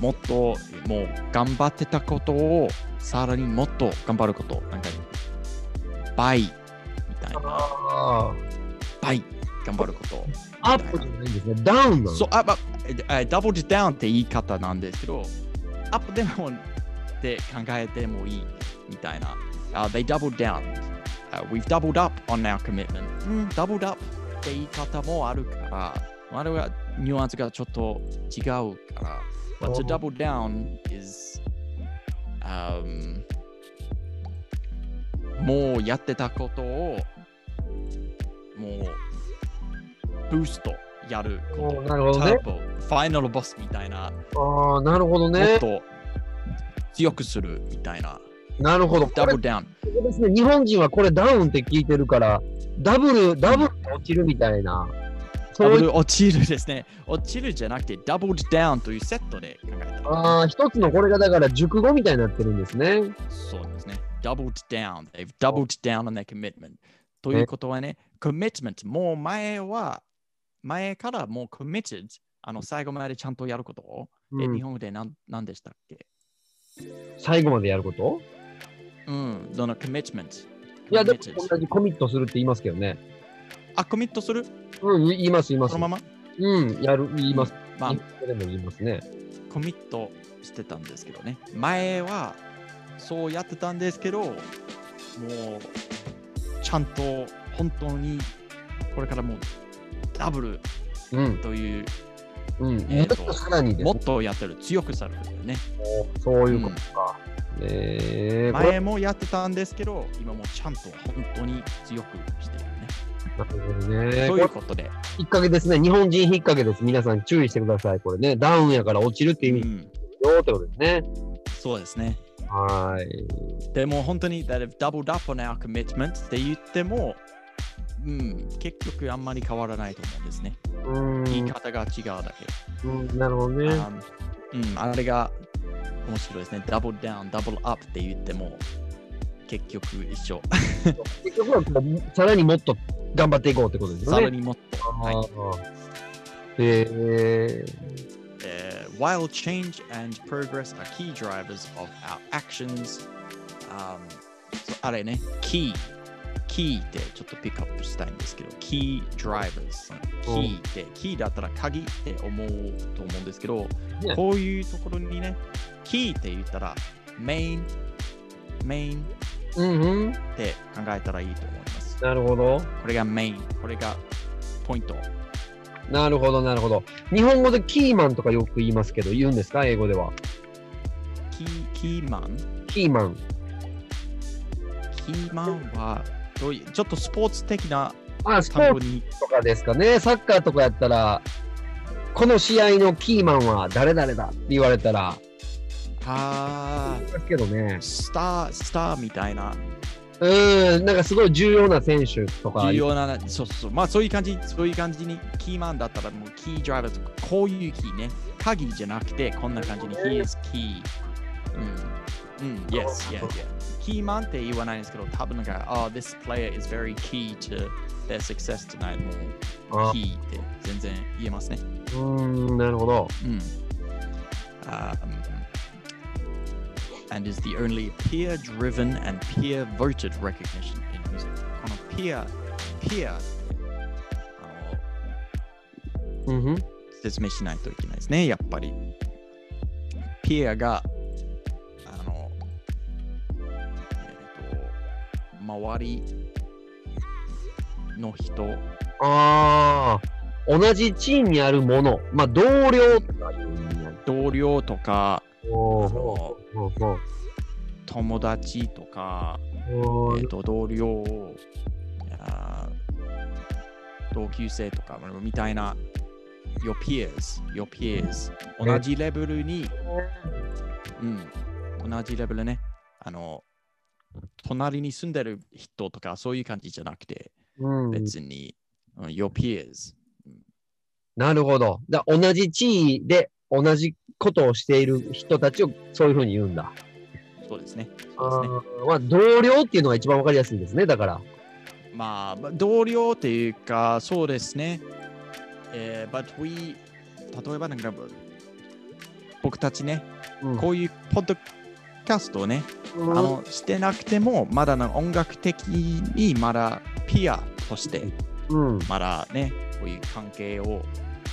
もっともう頑張ってたことをさらにもっと頑張ること。なんか、倍みたいな。
あ
倍頑張ること。
ーアップじゃないんですね。ダウンなの。
そう、あ、まあ、えダブルダウンって言い方なんですけど、アップでもって考えてもいいみたいな。あ、they doubled down.、we've doubled up on our commitment. うん、doubled up って言い方もあるから、あれはニュアンスがちょっと違うから。But to double down is、um, もうやってたことをもうブーストやるこ
お
と。
ーなるほど
タ
ね
ー。ボ、ファイナルボスみたいな、
ああ、なるほど
もっ
ね。
と強くするみたいな。
なるほど。こ
ダ
れ
ブルダウン。
そうですね、日本人はこれダウンって聞いてるから、ダブル、ダブルが落ちるみたいな。
ダ
そ
ブ
ういう、
ル落ちるですね。落ちるじゃなくて、ダブルダウンというセットで考えた。
ああ、一つのこれがだから熟語みたいになってるんですね。
そうですね。doubled down. They've doubled down on their commitment. ということはね、commitment。もう前は、前からもう committed。あの、最後までちゃんとやることを。え
うん
日本語で何何でしたっけ
最後までやること
うん、その commitment。
いや、でも
committed
同じコミットするって言いますけどね。
あ、コミットする
うん、言います、言います。
そのまま
うん、やる、言います。
まあ
日、本語でも言いますね。
コミットしてたんですけどね。前はそうやってたんですけど、もうちゃんと本当にこれからもうダブル
うん、
という、
うん。
えーと
もっとさらにです
も
ね
っとやってる、強くされるね。
そういうことか。えー、これ
前もやってたんですけど、今もうちゃんと本当に強くしてるね。
なるほどね。
と
こ
い
れ
うことで、
引っ掛けですね。日本人引っ掛けです。皆さん注意してください。これね、ダウンやから落ちるって
う
意味
ん、
よってことですね。
そうですね。
はーい。
でも本当に、that have doubled up on our commitment って言っても、うん、結局あんまり変わらないと思うんですね。
うーん
言い方が違うだけ。
うんなるほどね。
あうん、あれが面白いですね。ダブルダウン、ダブルアップって言っても結局一緒。
結局はこうさらにもっと頑張っていこうってことですよ
さら
ね。
にもっと。はい
あーえ
えー While change and progress are key drivers of our actions、um, そうあれね、key。key ってちょっとピックアップしたいんですけど、key drivers。key って、key だったら鍵って思うと思うんですけど、
ね
こういうところにね、key って言ったら、main、main
ー、うんうん。
って考えたらいいと思います。
なるほど。
これがメイン、これがポイント。
なるほど、なるほど。日本語でキーマンとかよく言いますけど、言うんですか英語では。
キーキーマン
キーマン。
キーマンはどういうちょっとスポーツ的な
あ、スポ
単語
ーツ
に。
とかですかね。サッカーとかやったら、この試合のキーマンは誰々だって言われたら、
あ
ですけどね
ー。スター、スターみたいな
うーん、なんかすごい重要な選手とか。
重要な、そうそう、まあそういう感じ、そういう感じに、キーマンだったらもうキードライバーとか、こういうキーね、鍵じゃなくて、こんな感じに、he is key。うん、うん、yes, yeah, yeah. キーマンって言わないんですけど、多分なんか、あ、h this player is very key to their success tonight. もう
あ
キーって全然言えますね。
うーん、なるほど。
うん。あーうん and is the only peer driven and peer voted recognition in music. この peer、peer あの
うんふん。
説明しないといけないですね、やっぱり。ピエが、あの、えっ、と、周りの人、
ああ、同じチームにあるもの、まあ同僚とかいう意味やね。
同僚とか、あ
お
の
おお
友達とか、
お
えっ、と、同僚、あー同級生とか、みたいな、your peers, your peers、同じレベルにうん、同じレベルね。あの、隣に住んでる人とかそういう感じじゃなくて、
うん
別に、うん、your peers。
なるほど。だ同じ地位で同じことをしている人たちをそういうふうに言うんだ。
そうですね。
あ
そうですね
ーまあ、同僚っていうのが一番わかりやすいですね、だから。
まあ、まあ同僚っていうか、そうですね。えー、but we、例えばなんか、僕たちね、
うん
こういうポッドキャストをね、あのしてなくても、まだなんか音楽的にまだピアとして、
うん、
まだね、こういう関係を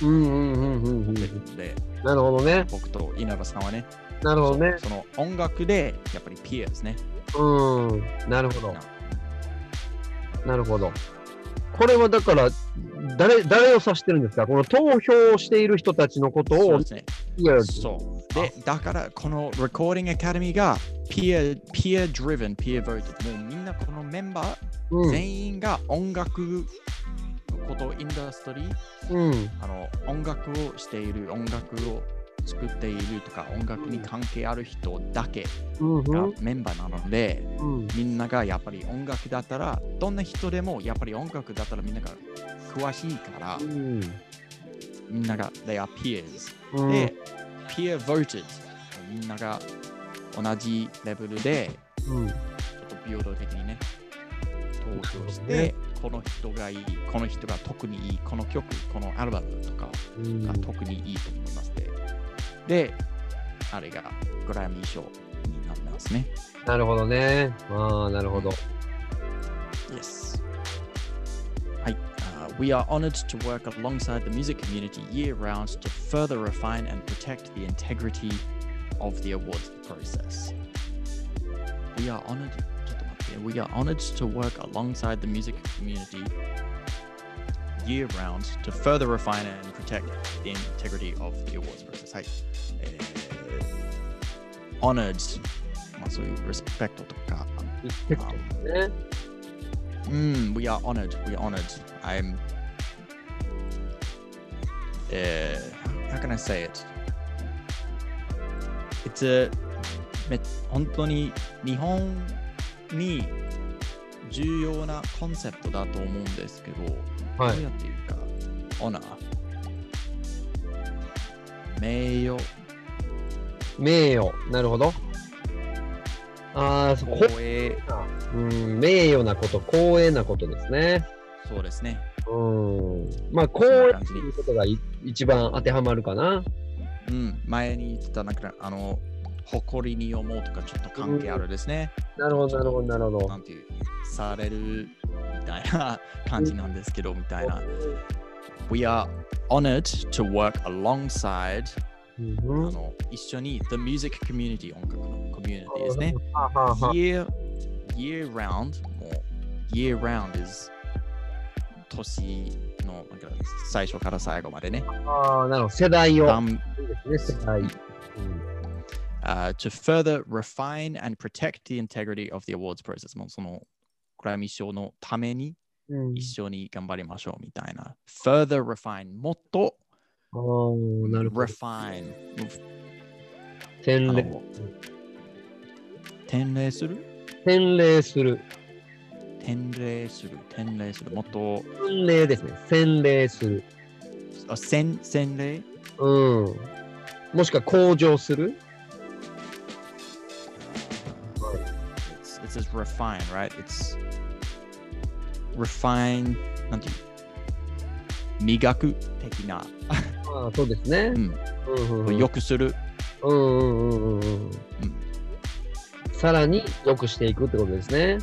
うんうんうんうんうん
持ってるので、
なるほどね。
僕と稲葉さんはね、
なるほどね。
その音楽でやっぱりピアですね。
うん。なるほど。なるほど。これはだから、誰、誰を指してるんですかこの投票をしている人たちのこと
そう
を
ですね。
ピア
そう。で、だから、この Recording Academy が Peer, peer driven, peer voted。もうみんなこのメンバー
うん、
全員が音楽のこと、インダストリー、
うん。
あの音楽をしている、音楽を作っているとか、音楽に関係ある人だけ
うん。
が
うん
メンバーなので、
うん。
みんながやっぱり音楽だったら、どんな人でもやっぱり音楽だったらみんなが詳しいから、
うん。
みんなが They are peers。
うん
で、peer voted。みんなが同じレベルで、
うん。
ちょっと平等的にね、投票し
なる
て、この人がいい、この人が特にいい、この曲、このアルバムとか
うん
が特にいいと思いますで、で、あれがグラミー賞になりますね。
なるほどね。ああ、なるほど。
Yes. はい。Uh, we are honored to work alongside the music community year round to further refine and protect the integrity of the awards process. We are honored. ちょっと待って We are honored to work alongside the music community year round to further refine and protect the integrity of the awards process. はい。えー honored。まあそういう respect とか。
結構ね。
Mm, we are honored. We are honored. I'm. Uh, how can I say it? It's a. め本当に日本に重要なコンセプトだと思うんですけど、
はい
どうやって言うか、オナー、名誉、
名誉。なるほど。ああ、そこ。
光栄、
うん、名誉なこと、光栄なことですね。
そうですね。
うん。まあ、光栄っていうことがい一番当てはまるかな。
うん、前に言ってた、なんか、あの、誇りに思うとか、ちょっと関係あるですね。
なるほど、なるほど、なるほ
な
ど。
んていう、されるみたいな感じなんですけど、みたいな。We are honored to work alongside、
うん
あの一緒に The Music Community 音楽のコミュニティですね。。
はあはあはあ
Year, year round もう Year round is 年のなんか最初から最後までね。
ああ、なるほど。世代を。
Um,
いいですね、世代。うん
uh, to further refine and protect the integrity of the awards process もうそのグラミー賞のために
うん
一緒に頑張りましょうみたいな。Further refine もっと
ああ、なるほど。
refine
洗
あ
礼
の転礼する
洗礼する。
転礼する転礼するもっと
洗礼ですね。洗礼する。
あ洗洗礼
うん。もしくは向上する。
it's, it says refine right it's refine なんていう磨く的な、
ああ、そうですね
う。ん、
うんうんうん
よくする、
うんうんうんうんうん。
うん、
さらに良くしていくってことですね。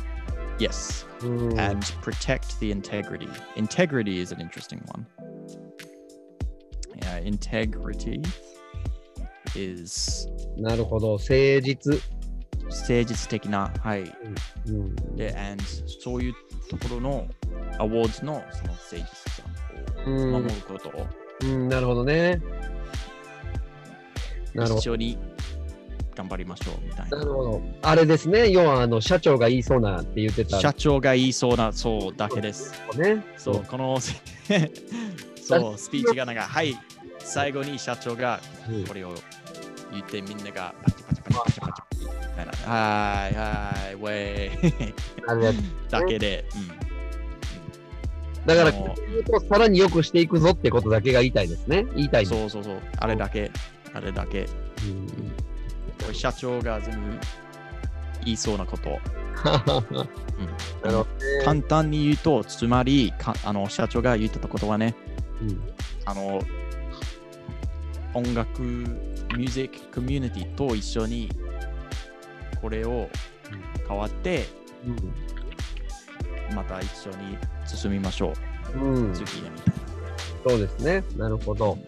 yes
うん。
and protect the integrity integrity is an interesting one yeah integrity is
なるほど。誠実。
誠実的な、はい。
うん。
で、and そういうところのアワーズのその誠実さ
う
を
ん
守ることを
うん、なるほどね。なるほ
一緒に頑張りましょうみたい
ど。なる
な。
ほど。あれですね。要は、あの、社長が言いそうなって言ってた、
社長が言いそうな、そうだけです。
ね。
そう、 <laughs> このそうスピーチがなんか、はい、最後に社長が
うん。
これを言ってみんながパチパチパチパチパチパチみたいな。はーい、はーい、ウェイ
あれやつ
<laughs> だけで。うん
だから、
あの
こういうことをさらに良くしていくぞってことだけが言いたいですね。言いたいんです。
そうそうそう、あれだけ、あれだけ。
うん
これ社長が全部言いそうな <laughs> こと。
なるほどね
簡単に言うと、つまり、かあの社長が言ってたことはね、
うん
あの音楽、ミュージック、コミュニティと一緒にこれを変わって、また一緒に進みましょ
うんう
う。
ん
次へみ
そうですね。なるほど。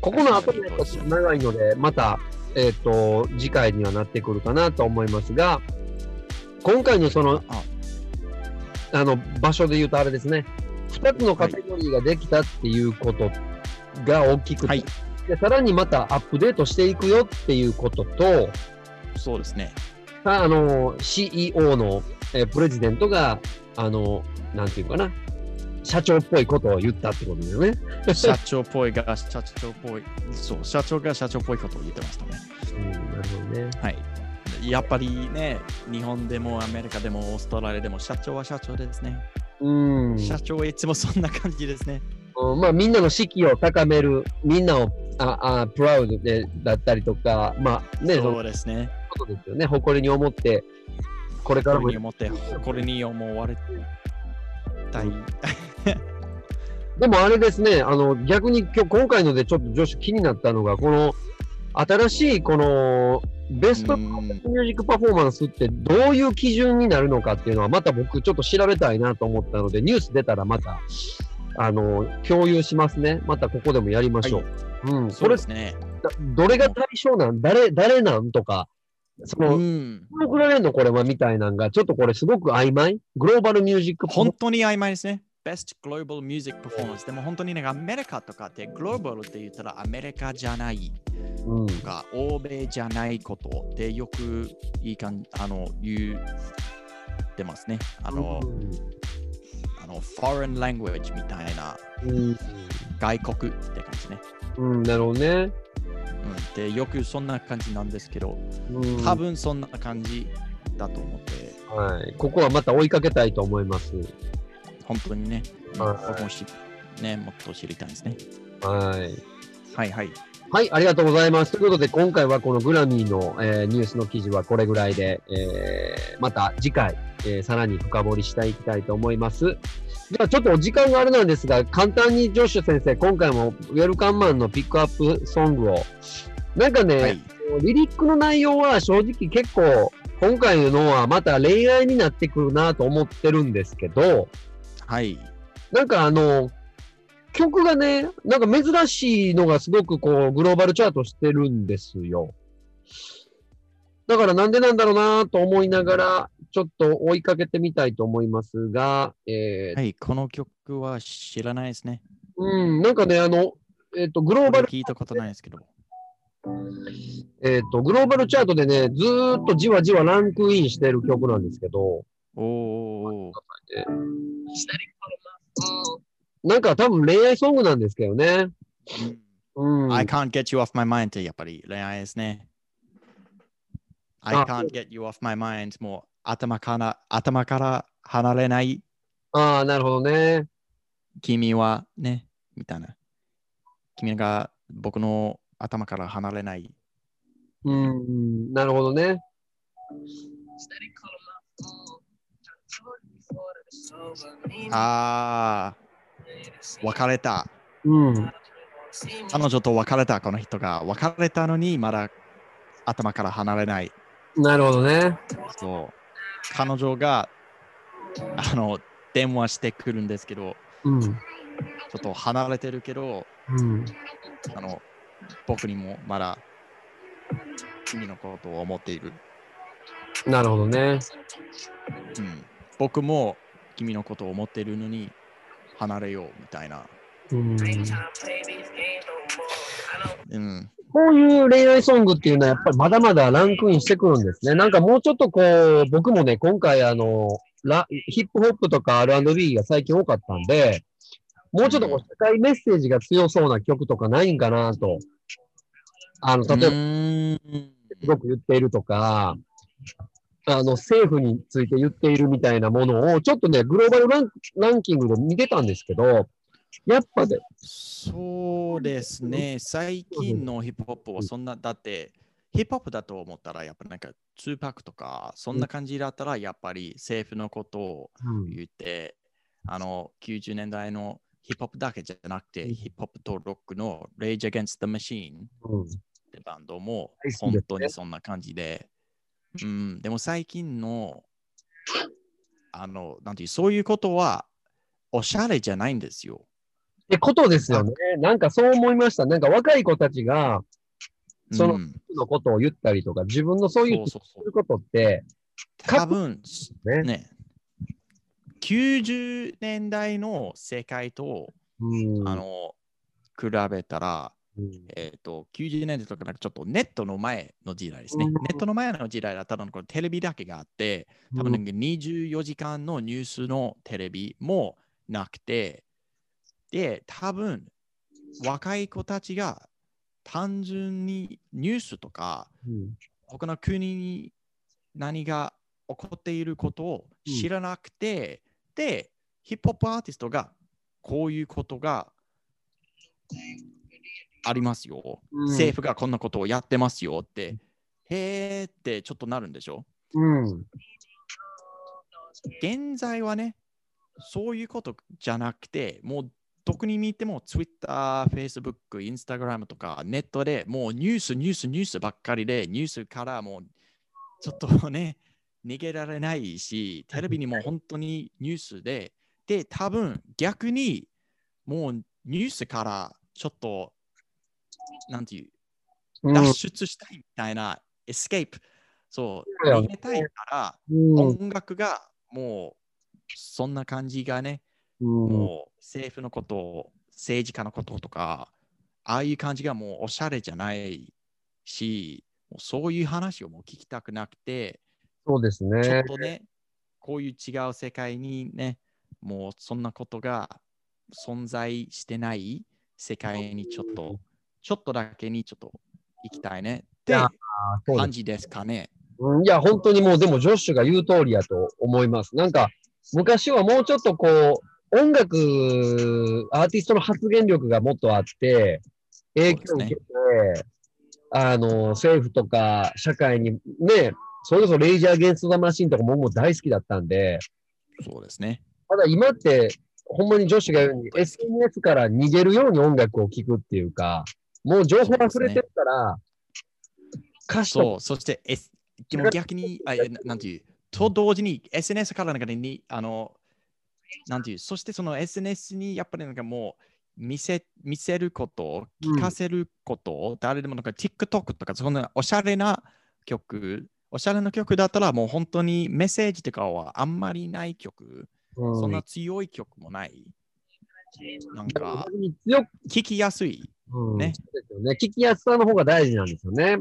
ここの後のやつは長いので、また、えっ、と、次回にはなってくるかなと思いますが、今回のその、
あ
あの、場所で言うとあれですね、2つのカテゴリーができたっていうことが大きくて、
はい
でさらにまたアップデートしていくよっていうことと、
そうです <laughs> ね。
ああの、CEO の、えープレジデントが、あの、なんていうかな、社長っぽいことを言ったってことですよね。
社長っぽいが社長っぽい。そう、社長が社長っぽいことを言ってましたね。
うん、なるほどね。
はい。やっぱりね、日本でもアメリカでもオーストラリアでも社長は社長ですね。
うん、
社長はいつもそんな感じですね。
うんまあ、みんなの士気を高める、みんなをああプラウドでだったりとか、まあね、そ
そう
の
ですね。
ことですよね、誇りに思って、これから
こ
も
れに思って、誇りに思われたい。
でもあれですね、あの逆に今日今回のでちょっと女子気になったのが、この新しいこのベストミ
うん
ュージックパフォーマンスってどういう基準になるのかっていうのは、また僕ちょっと調べたいなと思ったので、ニュース出たらまた、あの、共有しますね。またここでもやりましょう。うん、
そ
こ
う
れ
ですね。
だどれが対象なん誰、誰なんとか、そうの、
ん。
送られるのこれはみたいなんが、ちょっとこれすごく曖昧グローバルミュージックパフォーマ
本当に曖昧ですね。Best Global Music Performance でも本当になんかアメリカとかってグローバルって言ったらアメリカじゃない
ンス
とか欧米じゃないことでよくいいかんあの言ってますね。あの、あの foreign language みたいな
うん、
外国って感じね。
うん、うん、なるほどね。
うん、でよくそんな感じなんですけど、
うん
多分そんな感じだと思って、
はい、ここはまた追いかけたいと思います。
本当にね、
はい
僕もしね、もっと知りたいですね。
はい。
はいはい。
はい、ありがとうございます。ということで、今回はこのグラミーの、えーニュースの記事はこれぐらいで、えーまた次回、えーさらに深掘りしていきたいと思います。では、ちょっとお時間があれなんですが、簡単にジョッシュ先生、今回もウェルカンマンのピックアップソングを、なんかね、
はい、
リリックの内容は正直結構、今回のはまた恋愛になってくるなと思ってるんですけど、
はい、
なんかあの、曲がね、なんか珍しいのがすごくこう、グローバルチャートしてるんですよ。だからなんでなんだろうなと思いながら、ちょっと追いかけてみたいと思いますが、えー
はい。この曲は知らないですね。
うん、なんかね、あの、えっ、と、グロー
これ
バル、
聞いたことないですけど。
えっ、と、グローバルチャートでね、ずーっとじわじわランクインしてる曲なんですけど、
おーおーおー
なんか多分恋愛ソングなんですけどね。うん。
I can't get you off my mind ってやっぱり恋愛ですね。I
あ
can't get you off my mind もう頭から頭から離れない
ああ、なるほどね。
君はね、みたいな。君が僕の頭から離れない。
うん、なるほどね。
ああ、別れた。
うん。
彼女と別れた、この人が。別れたのに、まだ頭から離れない。
なるほどね。
そう。彼女が、あの、電話してくるんですけど、
うん。
ちょっと離れてるけど、
うん。
あの、僕にもまだ、君のことを思っている。
なるほどね。
うん。僕も君のことを思っているのに、離れよう、みたいな。
うん、こ
うん。
ういう恋愛ソングっていうのはやっぱりまだまだランクインしてくるんですね。なんかもうちょっとこう、僕もね、今回あの、ラヒップホップとか R&B が最近多かったんで、もうちょっとこう、社会メッセージが強そうな曲とかないんかなと。あの、例えば、
ば、
すごく言っているとか、あの、政府について言っているみたいなものを、ちょっとね、グローバルランランキングで見てたんですけど、やっぱね、
そうですね。最近のヒップホップはそんな、だって、ヒップホップだと思ったら、やっぱなんか、ツーパックとか、そんな感じだったら、やっぱり政府のことを言って、あの、90年代のヒップホップだけじゃなくて、ヒップホップとロックの Rage Against the Machine っ
うん、
てバンドも
大好きですね
本当にそんな感じで、うん、でも最近の、あの、なんていう、そういうことは、おしゃれじゃないんですよ。
ってことですよね。なんかそう思いました。なんか若い子たちが、その
うん
のことを言ったりとか、自分のそういう
そうそうそ
そ
う
ういうことって、
多分
ね
ね、90年代の世界と、
うん
あの比べたら、
うん
えー、と90年代とかなんかちょっとネットの前の時代ですね。
うん
ネットの前の時代だったらこれテレビだけがあって、多分なんか24時間のニュースのテレビもなくて、で、多分若い子たちが単純にニュースとか、
うん
他の国に何が起こっていることを知らなくて、で、ヒップホップアーティストがこういうことがありますよ。
うん
政府がこんなことをやってますよって、へーってちょっとなるんでしょ
うん
現在はね、そういうことじゃなくて、もうどこに見ても Twitter、Facebook、Instagram とかネットでもうニュース、ニュース、ニュースばっかりで、ニュースからもうちょっとね、逃げられないし、テレビにも本当にニュースで、で、多分逆にもうニュースからちょっと、なんていう、
うん
脱出したいみたいな、エスケープ、そう、
そうよ
逃
ね
げたいから、
うん
音楽がもうそんな感じがね、
うん
もう政府のことを政治家のこととかああいう感じがもうおしゃれじゃないしもうそういう話をもう聞きたくなくて、
そうです
ちょっ
ね。
とねこういう違う世界にねもうそんなことが存在してない世界にちょっ
うん
とちょっとだけにちょっと行きたいねっ
い
て
やあそうです
感じですかね。
うんいや、本当にもう、でも、ジョッシュが言う通りやと思います。なんか、昔はもうちょっとこう、音楽、アーティストの発言力がもっとあって、影響を受けて、あの、政府とか社会に、ね、それこそレイジャー・ゲンスト・ザ・マシンとかももう大好きだったんで、
そうですね。
ただ今って、ほんまに女子が言うように、SNS から逃げるように音楽を聴くっていうか、もう情報溢れてるから、歌詞とか
そう、そして、S、でも逆に、あえななんていう、と同時に SNS からなんかに、あの、なんていう、そしてその SNS にやっぱりなんかもう見せ見せること、
うん
聞かせること、誰でもなんか TikTok とか、そんなおしゃれな曲、おしゃれな曲だったらもう本当にメッセージとかはあんまりない曲、
うん
そんな強い曲もない。なんか、
強く
聞きやすい。
うん
ね
そうですよね。聞きやすさの方が大事なんですよね。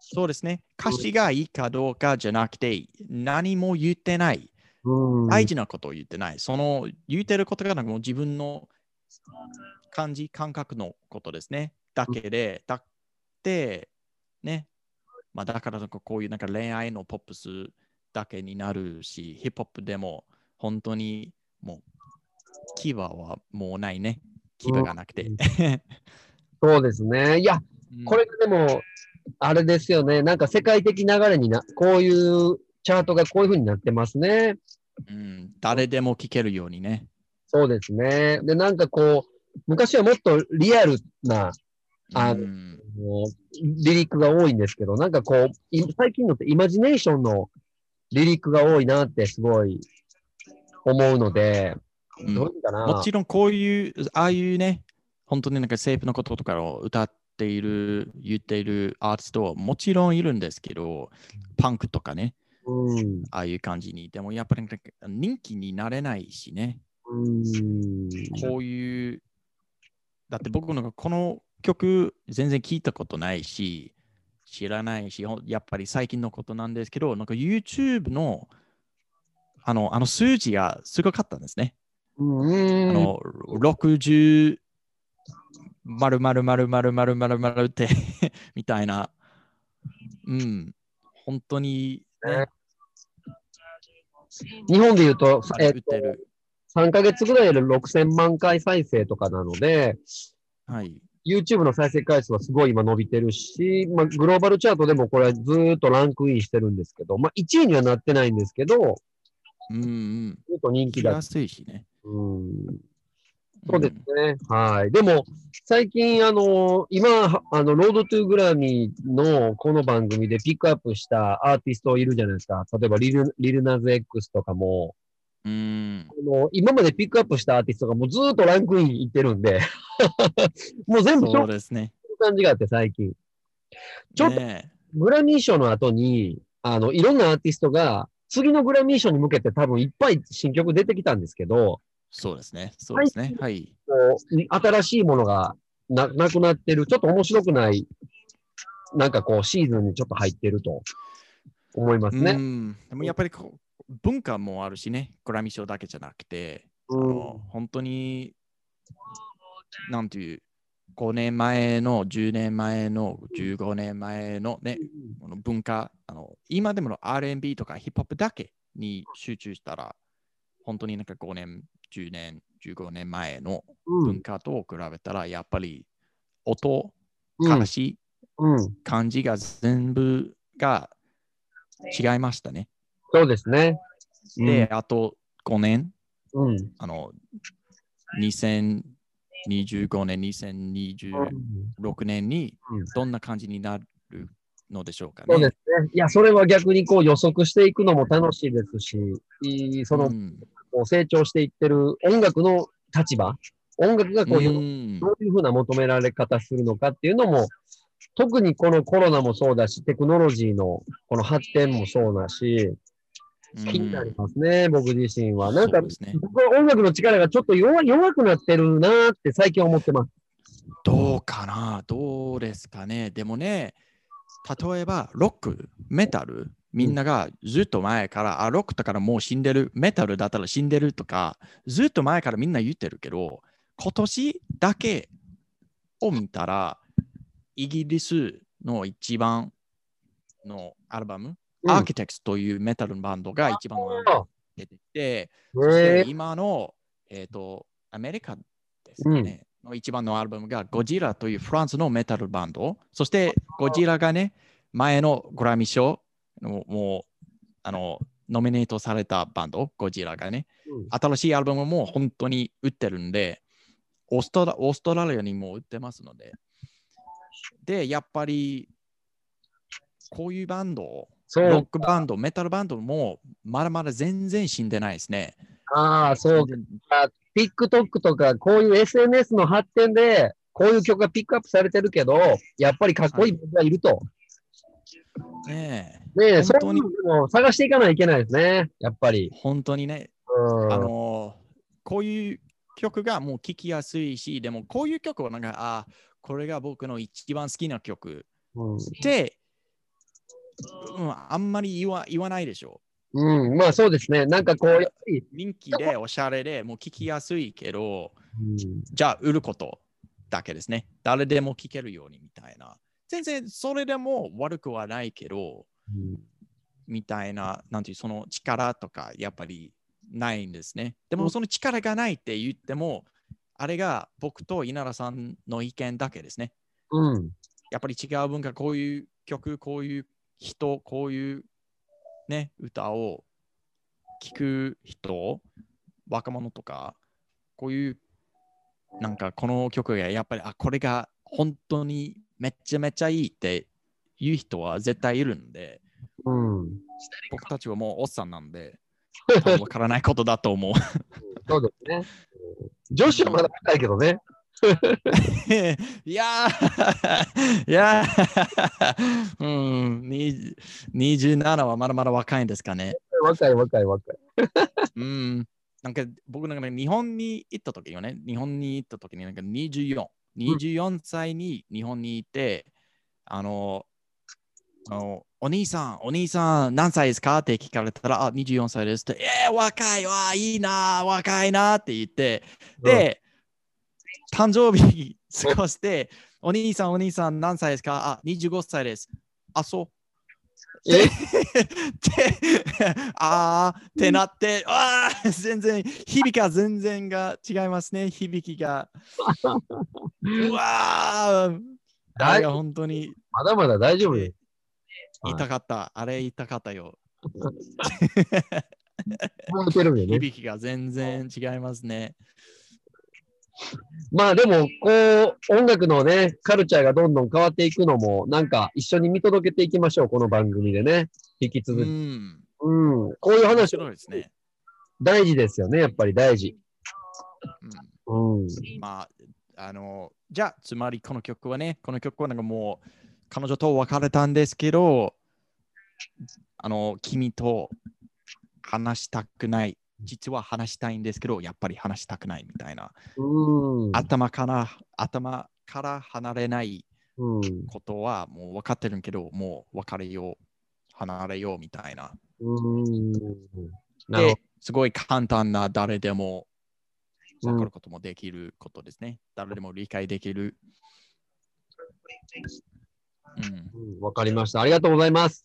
そうですね。歌詞がいいかどうかじゃなくて、何も言ってない。
うん。
大事なことを言ってない。その言ってることがなんかもう自分の感じ、感覚のことですね。だけで、だって、ね。まあ、だからなんかこういうなんか恋愛のポップスだけになるし、ヒップホップでも本当にもう牙はもうないね。牙がなくて。
そうですね。いや、
<laughs>
これがでも、あれですよね。なんか世界的流れにな、こういうチャートがこういう風になってますね。
うん、誰でも聞けるようにね。
そうですね。で、なんかこう、昔はもっとリアルな、あの
うん
もうリリックが多いんですけど、なんかこう、い最近のってイマジネーションのリリックが多いなってすごい思うので、
うん
どうにかな。
もちろんこういう、ああいうね、本当になんか政府のこととかを歌っている、言っているアーティストはもちろんいるんですけど、パンクとかね、
うん。
ああいう感じに。でもやっぱりなんか人気になれないしね、
うん。
こういう、だって僕なんかこの曲全然聞いたことないし、知らないし、ほんやっぱり最近のことなんですけど、なんか YouTube のあのあの数字がすごかったんですね。
うん
あの、60まるまるまるまる <laughs> まるまるまるってみたいな、うん、本当にね。
日本で言うと、えっ
売ってる。
と、3ヶ月ぐらいで6000万回再生とかなので、
はい。
YouTube の再生回数はすごい今伸びてるし、まあ、グローバルチャートでもこれずーっとランクインしてるんですけど、まあ、1位にはなってないんですけど、ずー
うんうん。
っと人気
気
だ
が。すいしね。
うんそうですね。はい。でも、最近、あの、今、あの、ロードトゥグラミーのこの番組でピックアップしたアーティストいるじゃないですか。例えばリル、リルナズ X とかも、
うん。うん。
あの今までピックアップしたアーティストがもうずーっとランクインいってるんで、 <laughs> もう全部
そ
紹
う
介
ですね。
する感じがあって、最近。ちょっと
ね
グラミー賞の後に、あの、いろんなアーティストが、次のグラミー賞に向けて多分いっぱい新曲出てきたんですけど、
そうですね。そうですね。はい。
こう新しいものがななくなってる、ちょっと面白くない、なんかこう、シーズンにちょっと入ってると思います
う
ね。
ん。でもやっぱりこう文化もあるしね、グラミー賞だけじゃなくて、あの本当に、なんていう、5年前の、10年前の、15年前のね、この文化あの、今でもの R&B とかヒップホップだけに集中したら、本当になんか5年、10年、15年前の
うん
文化と比べたら、やっぱり音、
うん
悲しい
うん
感じが全部が違いましたね。
そうですね。
で、あと5年、
うん。
あの、2025年、2026年に
うん
どんな感じになるのでしょうかね。
そうですね。いや、それは逆にこう予測していくのも楽しいですし、いいその
うん
こう成長していってる音楽の立場、音楽がこう、
うん
どういうふうな求められ方するのかっていうのも、特にこのコロナもそうだし、テクノロジーのこの発展もそうだし、気になりますね、僕自身は。なんか
そう、ですね、
僕は音楽の力がちょっと弱弱くなってるなーって最近思ってます。
どうかなどうですかねでもね、例えばロック、メタル、みんながずっと前から、あ、ロックだからもう死んでる、メタルだったら死んでるとか、ずっと前からみんな言ってるけど、今年だけを見たら、イギリスの一番のアルバム、
うん
アーキテクスというメタルのバンドが一番のアルバムが出てきて、そし
え
て今の、えー、とアメリカですかね、の一番のアルバムがゴジラというフランスのメタルバンド。そしてゴジラがね、前のグラミー賞のもうあのノミネートされたバンド、ゴジラがね、
うん
新しいアルバムも本当に売ってるんで、オーストラオーストラリアにも売ってますので。で、やっぱりこういうバンドを
そ
ロッ
う
クバンド、メタルバンドもまだまだ全然死んでないですね。
か、そうか。TikTok とか、こういう SNS の発展で、こういう曲がピックアップされてるけど、やっぱりかっこいい僕がいると。
ね
ねえ、
本
そう
当
いう
に
のを探していかないといけないですね、やっぱり
え、。本当にね、
うん
あのーこういう曲がもう聴きやすいし、でもこういう曲はなんか、あーこれが僕の一番好きな曲
うん
って、うん、あんまり言わ言わないでしょ。
うん、まあそうですね。なんかこう、やっぱり、
人気でおしゃれでもう聴きやすいけど、
うん
じゃあ売ることだけですね。誰でも聴けるようにみたいな。全然それでも悪くはないけど、みたいな、なんていう、その力とか、やっぱりないんですね。で
う
も、
ん
その力がないって言っても、あれが僕と稲田さんの意見だけですね。
うん、
やっぱり違う文化、こういう曲、こういう人、こういうね、歌を聴く人、若者とか、こういう、なんかこの曲がやっぱり、あ、これが本当にめちゃめちゃいいっていう人は絶対いるんで、
うん。
僕たちはもうおっさんなんで、多分わからないことだと思う。 <laughs>
そうですね。女子はまだ若いけどね。
いやー、い <laughs> やー、 <laughs> うん、20 27はまだまだ若いんですかね。
若い若い若い。
うん、なんか僕なんかね日本に行った時よね、日本に行った時になんか24、24歳に日本にいて、あの、あのお兄さん、お兄さん、何歳ですかって聞かれたら、あ、24歳ですって、えー、若いわ、いいな、若いなって言って、で、誕生日過ごして、お兄さん、お兄さん、何歳ですかあ、25歳です。あ、そう。 <laughs>
え
て、あーってなって、あー全然、響きが全然が違いますね、響きが。うわーあれが本当に
まだまだ大丈夫です。
痛かった、あれ痛かったよ。
もう打てるんでね。
響きが全然違いますね。
まあでも、こう、音楽のね、カルチャーがどんどん変わっていくのも、なんか一緒に見届けていきましょう、この番組でね。引き
う
続き。
ん。
うん。こういう
面
話、
白いですね。
大事ですよね、やっぱり大事。
うん
うん。
まあ、あの、じゃあ、つまりこの曲はね、この曲はなんかもう、彼女と別れたんですけど、あの、君と話したくない、実は話したいんですけど、やっぱり話したくないみたいな、
うん。
頭から、頭から離れない
うん。
ことはもう分かってるけど、もう別れよう、離れようみたいな。
うん。なるほど
で、すごい簡単な誰でも
うん
分かることもできることですね。誰でも理解できる。うん、
うんわかりました。ありがとうございます。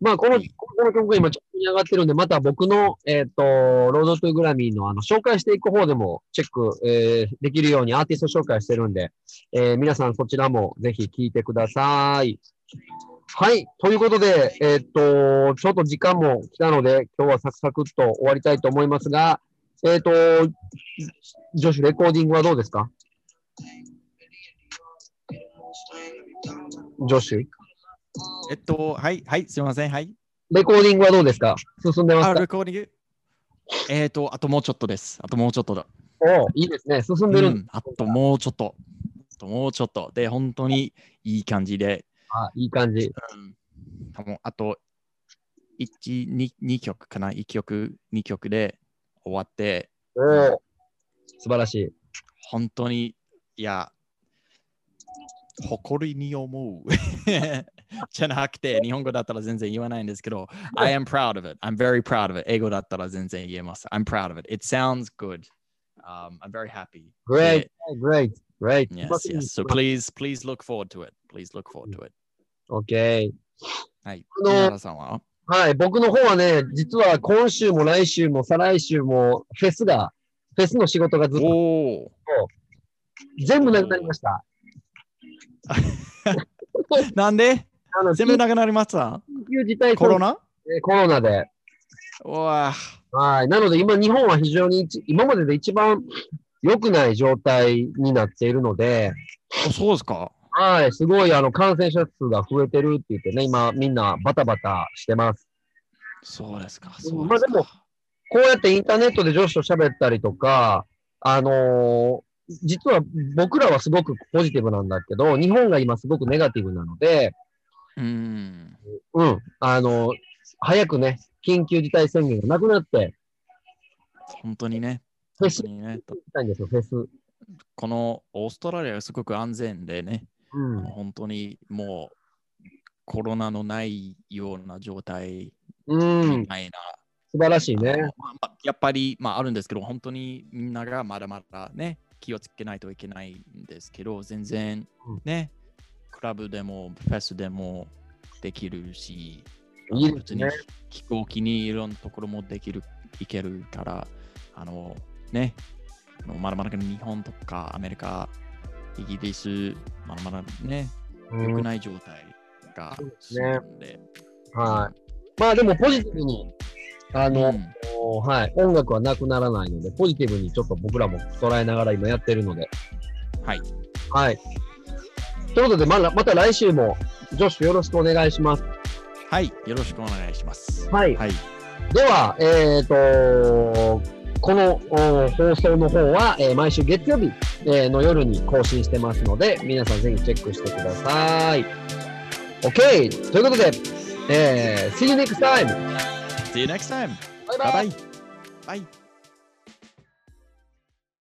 まあ、この、
はい
この曲が今、ちょっと上がってるんで、また僕の、えっ、と、ロードトゥグラミーの、あの、紹介していく方でも、チェック、えーできるようにアーティスト紹介してるんで、えー皆さんそちらもぜひ聴いてください。はい。ということで、えっ、と、ちょっと時間も来たので、今日はサクサクっと終わりたいと思いますが、えっ、と、女子レコーディングはどうですか女子
えっと、はい、はい、すみません、はい。
レコーディングはどうですか進んでます
あ、
か
レコーディングえっと、あともうちょっとです。あともうちょっとだ。
おいいですね。進んでる。
うんあともうちょっと。あともうちょっと。で、本当にいい感じで。
あいい感じ。
うん、多分あと1、2, 2曲かな ?1 曲、2曲で終わって、
おお素晴らしい。
本当に、いや、誇りに思う。 <laughs> じゃなくて、日本語だったら全然言わないんですけど、I am proud of it. I'm very proud of it. 英語だったら全然言えます。I'm proud of it. It sounds good.、Um, I'm very happy.
Great, great, great.
Yeah. Yes, yes. So please, please look forward to it. Please look forward to it.
OK。
はい。
あの
稲田さんは
はい、僕の方はね、実は今週も来週も再来週もフェスが、フェスの仕事がずっと
おお。
全部なくなりました。
なんで
あの、
全部
緊
なくなりました
急事態
コロ
ナ
ナ
コロナで。
うわ
はい。なので今、日本は非常に一今までで一番良くない状態になっているので、
あそうですか
はい、すごいあの感染者数が増えてるって言ってね、今みんなバタバタしてます。
そうですか。
う
そ
ん
う
まあ
です
でも
か。
こうやってインターネットで女子と喋ったりとか、あのー実は僕らはすごくポジティブなんだけど、日本が今すごくネガティブなので、
うん。
うん、あのー早くね、緊急事態宣言がなくなって、
本当にね。
フェ
本
ス
当
行
にね。
きたいんですよ、フェス。
このオーストラリアはすごく安全でね。
うん、
本当にもうコロナのないような状態
うん
み、たいな。
素晴らしいね
あ。のまあまあやっぱり、まあ、あるんですけど、本当にみんながまだまだね、気をつけないといけないんですけど、全然
うん
ね、クラブでもフェスでもできるし、
いいで
別
す
に
ね。
飛行機にいろんなところもできる、行けるから、あの、ね、あのまだまだ日本とかアメリカ、イギリス、まだまだね、良
う
く
ん
ない状態が
そうですね
進んで、
はい。まあでもポジティブに、あの、
うん
おはい、音楽はなくならないので、ポジティブにちょっと僕らも捉えながら今やってるので。
はい。
はい。ということで、まだまた来週も、女子よろしくお願いします。
はい、よろしくお願いします。
はい
はい
では、えっ、とこのお放送の方は、えー毎週月曜日、えーの夜に更新してますので、皆さんぜひチェックしてください。OK! ということで、えー See you next time!
See you next time.
バイバイ
Bye bye. Bye.